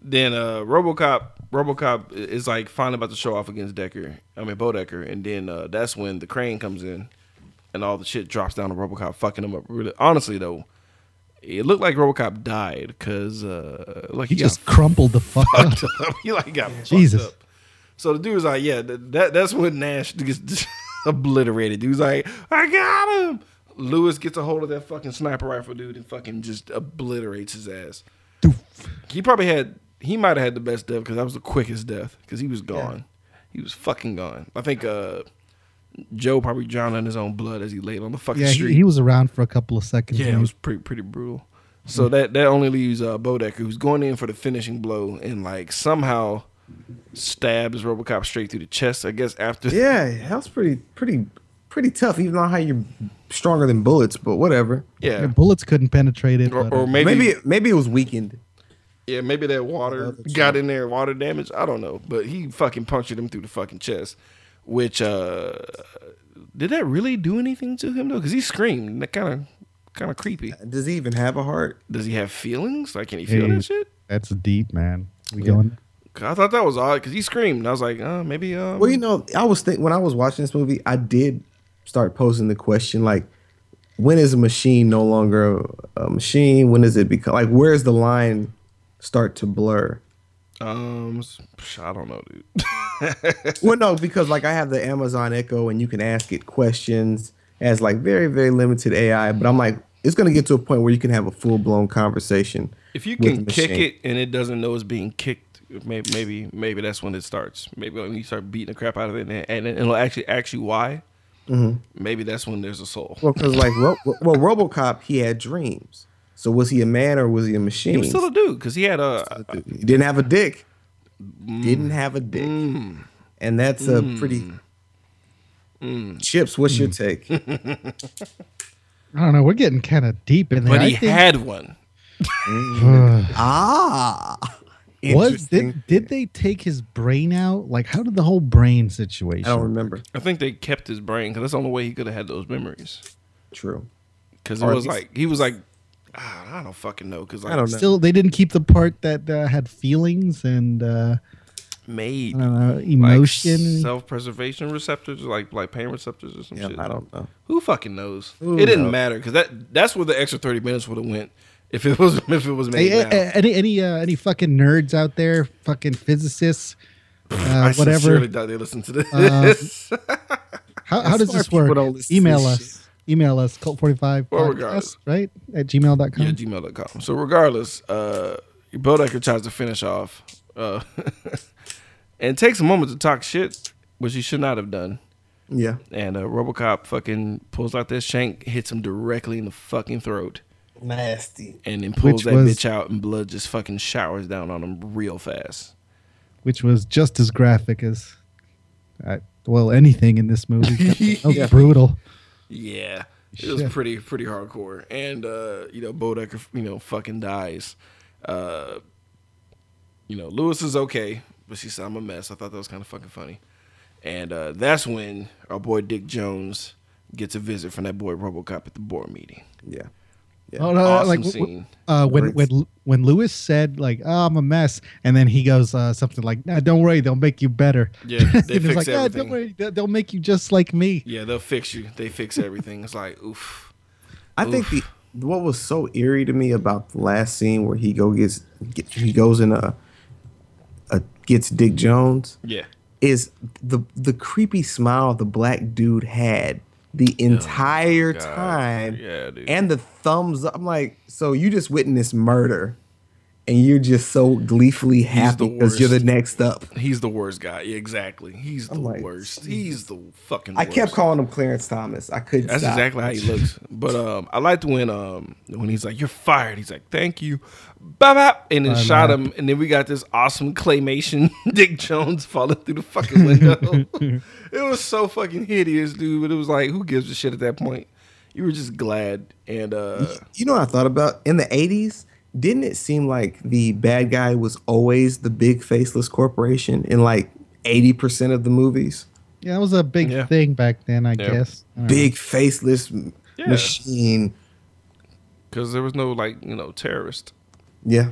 Speaker 1: then uh, RoboCop RoboCop is like finally about to show off against Decker. I mean Bodecker, and then uh, that's when the crane comes in, and all the shit drops down to RoboCop, fucking him up. Really, honestly though, it looked like RoboCop died because uh, like
Speaker 2: he
Speaker 1: he,
Speaker 2: just
Speaker 1: got
Speaker 2: crumpled the fuck up.
Speaker 1: fucked up. he like got
Speaker 2: Jesus.
Speaker 1: fucked up. So the dude was like, yeah, th- that that's when Nash gets obliterated. Dude's like, I got him. Lewis gets a hold of that fucking sniper rifle dude and fucking just obliterates his ass. He probably had he might have had the best death because that was the quickest death because he was gone. He was fucking gone. I think uh, Joe probably drowned in his own blood as he laid on the fucking
Speaker 2: Yeah,
Speaker 1: street.
Speaker 2: he, he was around for a couple of seconds.
Speaker 1: Yeah,
Speaker 2: when
Speaker 1: it
Speaker 2: he-
Speaker 1: was pretty pretty brutal. So that that only leaves uh, Bodecker, who's going in for the finishing blow, and like somehow stabs RoboCop straight through the chest. I guess after
Speaker 3: Yeah, that was pretty, pretty, pretty tough. Even though how you're stronger than bullets, but whatever.
Speaker 2: the
Speaker 1: yeah,
Speaker 2: bullets couldn't penetrate it.
Speaker 1: or,
Speaker 2: but,
Speaker 1: or
Speaker 2: uh,
Speaker 1: maybe,
Speaker 3: Maybe, maybe it was weakened.
Speaker 1: yeah, maybe that water got in there, water damage. I don't know, but he fucking punctured him through the fucking chest. Which uh did that really do anything to him though? Because he screamed. and That kind of kind of creepy.
Speaker 3: Does he even have a heart?
Speaker 1: Does he have feelings? Like, can he feel
Speaker 2: Hey.
Speaker 1: that shit?
Speaker 2: that's deep, man. We going?
Speaker 1: 'Cause I thought that was odd because he screamed. And I was like, uh, maybe. Um,
Speaker 3: Well, you know, I was think when I was watching this movie, I did start posing the question like, when is a machine no longer a machine? When does it become like where's the line start to blur?
Speaker 1: Um, s- psh, I don't know, dude.
Speaker 3: well, no, because like I have the Amazon Echo and you can ask it questions as like very, very limited AI, but I'm like, it's gonna get to a point where you can have a full blown conversation.
Speaker 1: If you
Speaker 3: with
Speaker 1: can
Speaker 3: the
Speaker 1: kick
Speaker 3: machine.
Speaker 1: it and it doesn't know it's being kicked, maybe maybe maybe that's when it starts. Maybe when you start beating the crap out of it and, and it'll actually ask you why. Maybe that's when there's a soul.
Speaker 3: Well, because like, Ro- well, RoboCop, he had dreams. So was he a man or was he a machine?
Speaker 1: He was still a dude because he had a.
Speaker 3: he didn't have a dick.
Speaker 1: Mm.
Speaker 3: Didn't have a dick. And that's a pretty.
Speaker 1: Mm.
Speaker 3: Chips, what's your take?
Speaker 2: I don't know. We're getting kind of deep in there.
Speaker 1: But
Speaker 2: I
Speaker 1: he
Speaker 2: think-
Speaker 1: had one.
Speaker 3: ah,
Speaker 2: was
Speaker 3: interesting.
Speaker 2: did, did they take his brain out? Like, how did the whole brain situation?
Speaker 3: I don't remember.
Speaker 1: I think they kept his brain because that's the only way he could have had those memories.
Speaker 3: True.
Speaker 1: Because it
Speaker 3: Or at
Speaker 1: was
Speaker 3: least-
Speaker 1: like he was like, ah, I don't fucking know. Because like,
Speaker 3: I don't know.
Speaker 2: Still, they didn't keep the part that uh, had feelings and uh,
Speaker 1: made
Speaker 2: I don't know, emotion.
Speaker 1: self-preservation receptors, like like pain receptors or some
Speaker 3: Yeah,
Speaker 1: shit.
Speaker 3: I don't know.
Speaker 1: Who fucking knows?
Speaker 3: Who
Speaker 1: it didn't
Speaker 3: knows?
Speaker 1: matter because that that's where the extra thirty minutes would have went if it was if it was made.
Speaker 2: Hey, eh,
Speaker 1: now.
Speaker 2: eh, any any uh, any fucking nerds out there? Fucking physicists. Uh,
Speaker 1: I
Speaker 2: whatever. Uh,
Speaker 1: sincerely doubt they listen to this.
Speaker 2: How, how does
Speaker 3: Sorry,
Speaker 2: this work?
Speaker 3: people don't listen to
Speaker 2: Email
Speaker 3: this
Speaker 2: us. Email us, cult45
Speaker 1: Well,
Speaker 2: podcast,
Speaker 1: regardless.
Speaker 2: right? At gmail.com.
Speaker 1: yeah, gmail.com. So regardless, uh Bodecker tries to finish off uh and takes a moment to talk shit, which he should not have done.
Speaker 3: Yeah.
Speaker 1: And uh, Robocop fucking pulls out that shank, hits him directly in the fucking throat,
Speaker 3: Nasty.
Speaker 1: and then pulls
Speaker 2: Which
Speaker 1: that
Speaker 2: was-
Speaker 1: bitch out, and blood just fucking showers down on him real fast.
Speaker 2: which was just as graphic as, uh, well, anything in this movie. Oh, brutal.
Speaker 1: Yeah. It was
Speaker 2: Shit.
Speaker 1: pretty pretty hardcore. And uh, you know, Bodecker, you know, fucking dies. Uh you know, Lewis is okay, but she said I'm a mess. I thought that was kind of fucking funny. And uh that's when our boy Dick Jones gets a visit from that boy RoboCop at the board meeting.
Speaker 3: Yeah.
Speaker 2: Oh, no,
Speaker 1: Awesome
Speaker 2: like w- w-
Speaker 1: scene.
Speaker 2: uh, when
Speaker 3: Great.
Speaker 2: when when Lewis said like oh, I'm a mess, and then he goes uh, something like nah, Don't worry, they'll make you better.
Speaker 1: Yeah, they
Speaker 2: And it's
Speaker 1: fix
Speaker 2: like, "Ah,
Speaker 1: everything."
Speaker 2: Don't worry, they'll, they'll make you just like me.
Speaker 1: Yeah, they'll fix you. They fix everything. It's like, oof.
Speaker 3: I think the what was so eerie to me about the last scene where he go gets get, he goes in a, a gets Dick Jones
Speaker 1: Yeah.
Speaker 3: is the the creepy smile the black dude had the entire
Speaker 1: God.
Speaker 3: time
Speaker 1: Yeah, dude.
Speaker 3: and the thumbs up. I'm like, so you just witnessed murder, and you're just so gleefully happy
Speaker 1: the
Speaker 3: because you're the
Speaker 1: worst.
Speaker 3: next up.
Speaker 1: He's the worst guy. Yeah, exactly. He's the
Speaker 3: like,
Speaker 1: worst. He's the fucking
Speaker 3: I
Speaker 1: worst.
Speaker 3: kept calling him Clarence Thomas. I couldn't.
Speaker 1: That's
Speaker 3: stop.
Speaker 1: exactly how he looks. But um, I liked when um when he's like, "You're fired." He's like, "Thank you," bop bop, and then shot him. And then we got this awesome claymation Dick Jones falling through the fucking window. it was so fucking hideous, dude. But it was like, who gives a shit at that point? You were just glad, and uh,
Speaker 3: You know what I thought about in the '80s? Didn't it seem like the bad guy was always the big faceless corporation in like 80% of the movies?
Speaker 2: Yeah, that was a big
Speaker 1: Yeah.
Speaker 2: thing back then, I guess. I don't know.
Speaker 3: Big faceless m-
Speaker 1: Hmm. Yeah.
Speaker 3: machine.
Speaker 1: because there was no like you know terrorist,
Speaker 3: Yeah.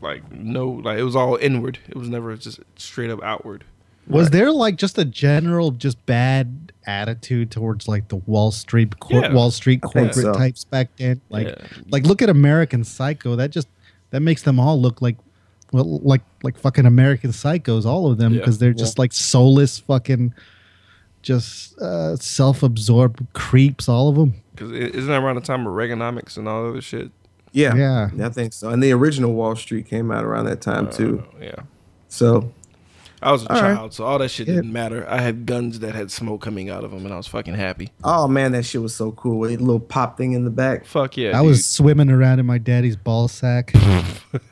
Speaker 1: like no like it was all inward. It was never just straight up outward.
Speaker 2: Was there like just a general just bad attitude towards like the Wall Street cor-
Speaker 1: Yeah,
Speaker 2: Wall Street
Speaker 3: think
Speaker 2: corporate
Speaker 3: so.
Speaker 2: types back then? Like
Speaker 1: Yeah.
Speaker 2: like look at American Psycho. That just that makes them all look like well like like fucking American psychos all of them
Speaker 1: Yeah.
Speaker 2: because they're just like soulless fucking just uh self-absorbed creeps all of them.
Speaker 1: Because isn't that around the time of Reaganomics and all that other shit?
Speaker 3: Yeah.
Speaker 2: Yeah.
Speaker 3: I think so. And the original Wall Street came out around that time too.
Speaker 1: Yeah.
Speaker 3: So,
Speaker 1: I was a
Speaker 3: All right.
Speaker 1: child, so all that shit didn't matter. I had guns that had smoke coming out of them, and I was fucking happy.
Speaker 3: oh man, that shit was so cool with the little pop thing in the back.
Speaker 1: Fuck yeah!
Speaker 2: I was swimming around in my daddy's ball sack.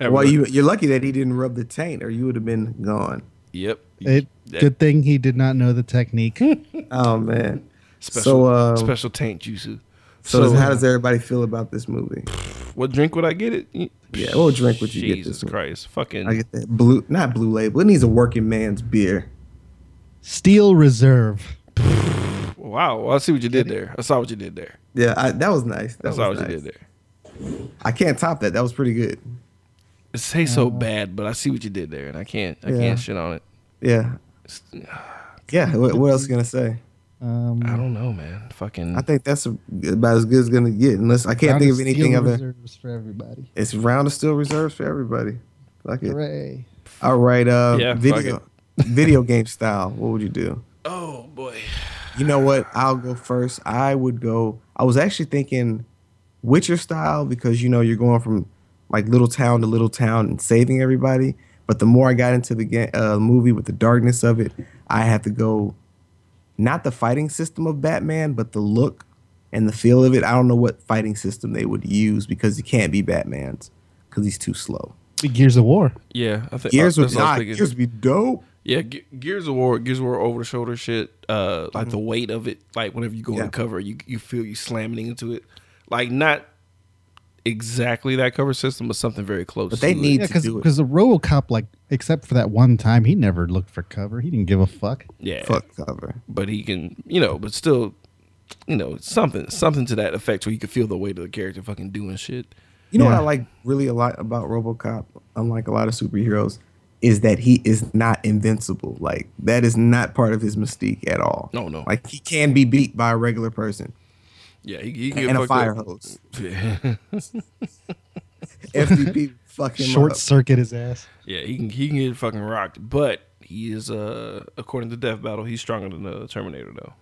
Speaker 3: Well, you, you're lucky that he didn't rub the taint or you would have been gone.
Speaker 1: Yep.
Speaker 2: It,
Speaker 1: That
Speaker 2: good thing he did not know the technique.
Speaker 3: Oh man.
Speaker 1: special
Speaker 3: so, uh,
Speaker 1: special taint juices.
Speaker 3: So,
Speaker 1: So,
Speaker 3: how does everybody feel about this movie?
Speaker 1: What drink would I get it?
Speaker 3: Yeah, what drink would you get
Speaker 1: Jesus
Speaker 3: this week?
Speaker 1: Christ, fucking.
Speaker 3: I get that blue, not blue label. It needs a working man's beer.
Speaker 2: Steel Reserve.
Speaker 1: wow, well, I see what you did there. I saw what you did there.
Speaker 3: Yeah, I, that was nice. That
Speaker 1: I
Speaker 3: was
Speaker 1: saw what
Speaker 3: nice.
Speaker 1: you did there.
Speaker 3: I can't top that. That was pretty good.
Speaker 1: It say so bad, but I see what you did there, and I can't. I
Speaker 3: Uh, Yeah.
Speaker 1: can't shit on it.
Speaker 3: Yeah,
Speaker 1: It's-
Speaker 3: yeah. What, what else you gonna say?
Speaker 2: Um,
Speaker 1: I don't know, man. Fucking.
Speaker 3: Mm. I think that's about as good as gonna get. Unless I can't
Speaker 2: round
Speaker 3: think
Speaker 2: of
Speaker 3: of anything
Speaker 2: steel
Speaker 3: other.
Speaker 2: reserves for everybody.
Speaker 3: It's round of steel reserves for everybody. Fuck it.
Speaker 2: Hooray!
Speaker 3: All right. Uh,
Speaker 1: Yeah, fuck
Speaker 3: video, video game style. What would you do?
Speaker 1: oh boy.
Speaker 3: You know what? I'll go first. I would go. I was actually thinking Witcher style because you know you're going from like little town to little town and saving everybody. But the more I got into the game, uh, movie with the darkness of it, I had to go not the fighting system of Batman, but the look and the feel of it. I don't know what fighting system they would use because it can't be Batman's because he's too slow.
Speaker 2: The Gears of War.
Speaker 1: Yeah, I think
Speaker 3: Gears
Speaker 1: uh,
Speaker 3: would
Speaker 1: that's what I was
Speaker 3: not.
Speaker 1: thinking.
Speaker 3: Gears would be dope.
Speaker 1: Yeah, Ge- Gears of War, Gears of War over the shoulder shit. Uh, like the weight of it, like whenever you go
Speaker 3: Mm-hmm. Yeah.
Speaker 1: on cover, you you feel you slamming into it. Like not exactly that cover system, but something very close.
Speaker 3: But they
Speaker 1: to it.
Speaker 3: need
Speaker 2: Yeah,
Speaker 3: to do it.
Speaker 2: because the RoboCop, like, except for that one time, he never looked for cover. He didn't give a fuck.
Speaker 1: yeah,
Speaker 3: Fuck cover.
Speaker 1: but he can, you know, but still, you know, something something to that effect where you can feel the weight of the character fucking doing shit.
Speaker 3: You know what
Speaker 2: Yeah.
Speaker 3: I like really a lot about RoboCop, unlike a lot of superheroes, is that he is not invincible. Like that is not part of his mystique at all.
Speaker 1: No, no.
Speaker 3: Like he can be beat by a regular person
Speaker 1: Yeah, he, he can get
Speaker 3: and a
Speaker 1: fucked
Speaker 3: fire
Speaker 1: up.
Speaker 3: hose.
Speaker 1: Yeah.
Speaker 3: FDP fucking
Speaker 2: Short circuit his ass.
Speaker 1: Yeah, he can he can get fucking rocked, but he is uh according to Death Battle, he's stronger than the Terminator though.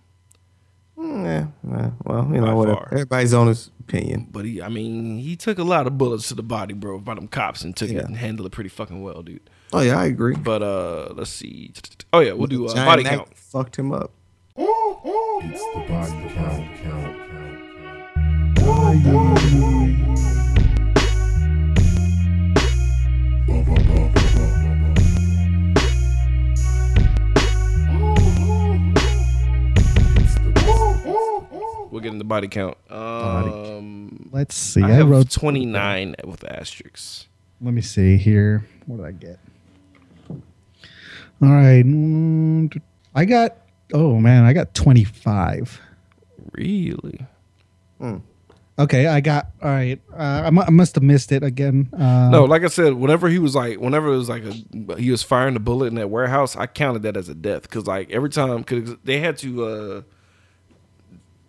Speaker 3: Mm, Yeah, well, you
Speaker 1: By
Speaker 3: know whatever.
Speaker 1: far.
Speaker 3: Everybody's own his opinion.
Speaker 1: But he, I mean, he took a lot of bullets to the body, bro, by them cops, and took it
Speaker 3: Yeah.
Speaker 1: and handled it pretty fucking well, dude.
Speaker 3: Oh yeah, I agree.
Speaker 1: But uh, let's see. Oh yeah, we'll do uh,
Speaker 3: Giant
Speaker 1: body
Speaker 3: Mac
Speaker 1: count.
Speaker 3: Fucked him up.
Speaker 5: It's the body count, count, count.
Speaker 1: We'll get into body count. Um,
Speaker 2: Let's see.
Speaker 1: I
Speaker 2: I,
Speaker 1: have
Speaker 2: wrote.
Speaker 1: twenty nine with asterisks.
Speaker 2: Let me see here. What did I get? All right. mm, d- I got. Oh man, I got twenty five.
Speaker 1: Really?
Speaker 2: Okay, I got. All right. Uh, I mu- I must have missed it again. Uh,
Speaker 1: No, like I said, whenever he was like, whenever it was like a, he was firing the bullet in that warehouse, I counted that as a death because like every time, because they had to, uh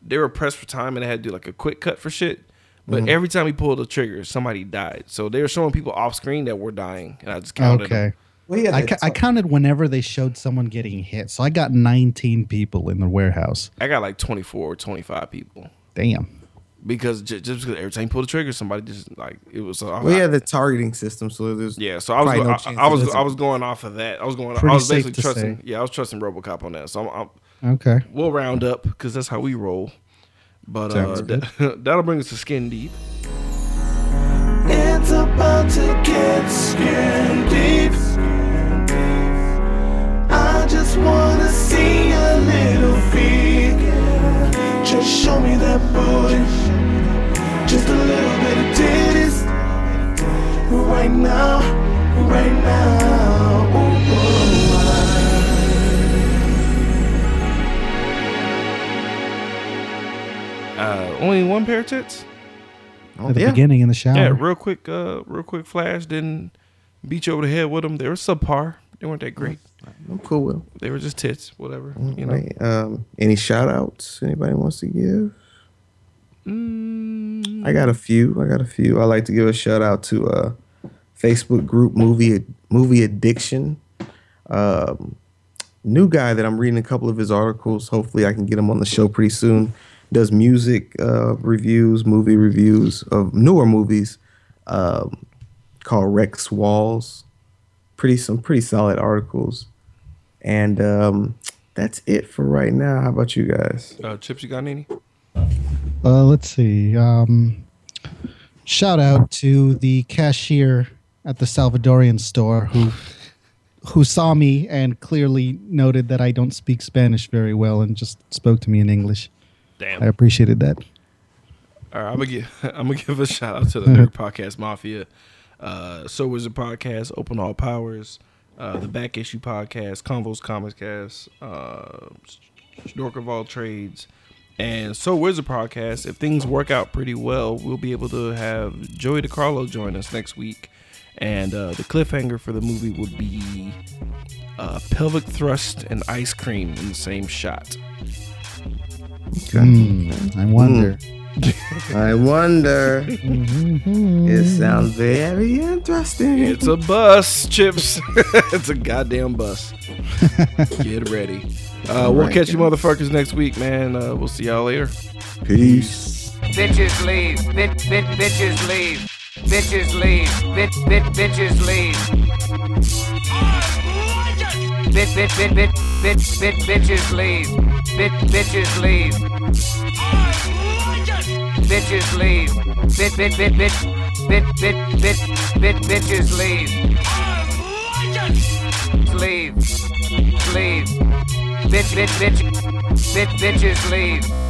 Speaker 1: they were pressed for time and they had to do like a quick cut for shit. But every time he pulled the trigger, somebody died. So they were showing people off screen that were dying, and I just counted.
Speaker 2: Okay.
Speaker 1: them.
Speaker 3: Well, yeah,
Speaker 2: I, ca- I counted whenever they showed someone getting hit. So I got 19 people in the warehouse.
Speaker 1: I got like twenty four or twenty five people
Speaker 2: Damam.
Speaker 1: because just, just because every time he pulled the trigger, somebody just like it was. Uh,
Speaker 3: well, yeah, the targeting system. So there's
Speaker 1: Yeah, so I was
Speaker 3: Probably
Speaker 1: go-
Speaker 3: no
Speaker 1: I-
Speaker 3: chance
Speaker 1: I,
Speaker 3: it
Speaker 1: was
Speaker 3: doesn't.
Speaker 1: I was going off of that. I was going. I
Speaker 2: Pretty
Speaker 1: was
Speaker 2: safe
Speaker 1: basically
Speaker 2: to say.
Speaker 1: trusting. Yeah, I was trusting RoboCop on that. So I'm, I'm
Speaker 2: Okay.
Speaker 1: we'll round up because that's how we roll. But uh,
Speaker 2: Sounds
Speaker 1: that, that'll bring us to skin deep.
Speaker 4: It's about to get skin deep. I just wanna see a little feet. Just show me that booty. Just a little bit of titties. Right now, right now. Ooh, oh, my.
Speaker 1: Uh, only one pair of tits.
Speaker 3: Oh,
Speaker 2: At the
Speaker 3: yeah.
Speaker 2: beginning in the shower.
Speaker 1: Yeah, real quick, uh, real quick flash. Didn't beat you over the head with them. They were subpar. They weren't that great.
Speaker 3: I'm cool with. Him.
Speaker 1: They were just tits. Whatever. You know.
Speaker 3: Right. Um, any shout outs anybody wants to give?
Speaker 1: Mm.
Speaker 3: I got a few. I got a few. I like to give a shout out to uh Facebook group movie movie addiction. Um, new guy that I'm reading a couple of his articles. Hopefully I can get him on the show pretty soon. Does music uh, reviews, movie reviews of newer movies um, called Rex Walls. Pretty some pretty solid articles. And um, that's it for right now. How about you guys?
Speaker 1: Uh, Chips, you got any?
Speaker 2: Uh, let's see. Um, shout out to the cashier at the Salvadorian store who who saw me and clearly noted that I don't speak Spanish very well and just spoke to me in English.
Speaker 1: Damn.
Speaker 2: I appreciated that.
Speaker 1: All right, I'm gonna give I'm gonna give a shout out to the Nerd Podcast Mafia, uh, So Wizard Podcast, Open All Powers, uh, the Back Issue Podcast, Convos Comics Cast, uh, Dork of All Trades, and So Wizard Podcast. If things work out pretty well, we'll be able to have Joey DiCarlo join us next week, and uh, the cliffhanger for the movie would be uh, pelvic thrust and ice cream in the same shot.
Speaker 2: Mm, I wonder.
Speaker 3: I wonder. It sounds very interesting.
Speaker 1: It's a bus, Chips. it's a goddamn bus. Get ready. Uh, we'll
Speaker 3: Right.
Speaker 1: catch you motherfuckers next week, man. Uh, we'll see y'all later.
Speaker 3: Peace.
Speaker 6: Bitches leave. Bit, bit, bitches leave. Bitches leave. Bit, bit, bitches leave. Bit, bit, bit, bit, bit, bit, bitches leave. Bit, bitches leave. Bitches leave. Bit, bit, bit, bit, bit, bit, bit, bit, bitches leave. Leave. Leave. Bitch, bitch, bitch, bit, bitches leave.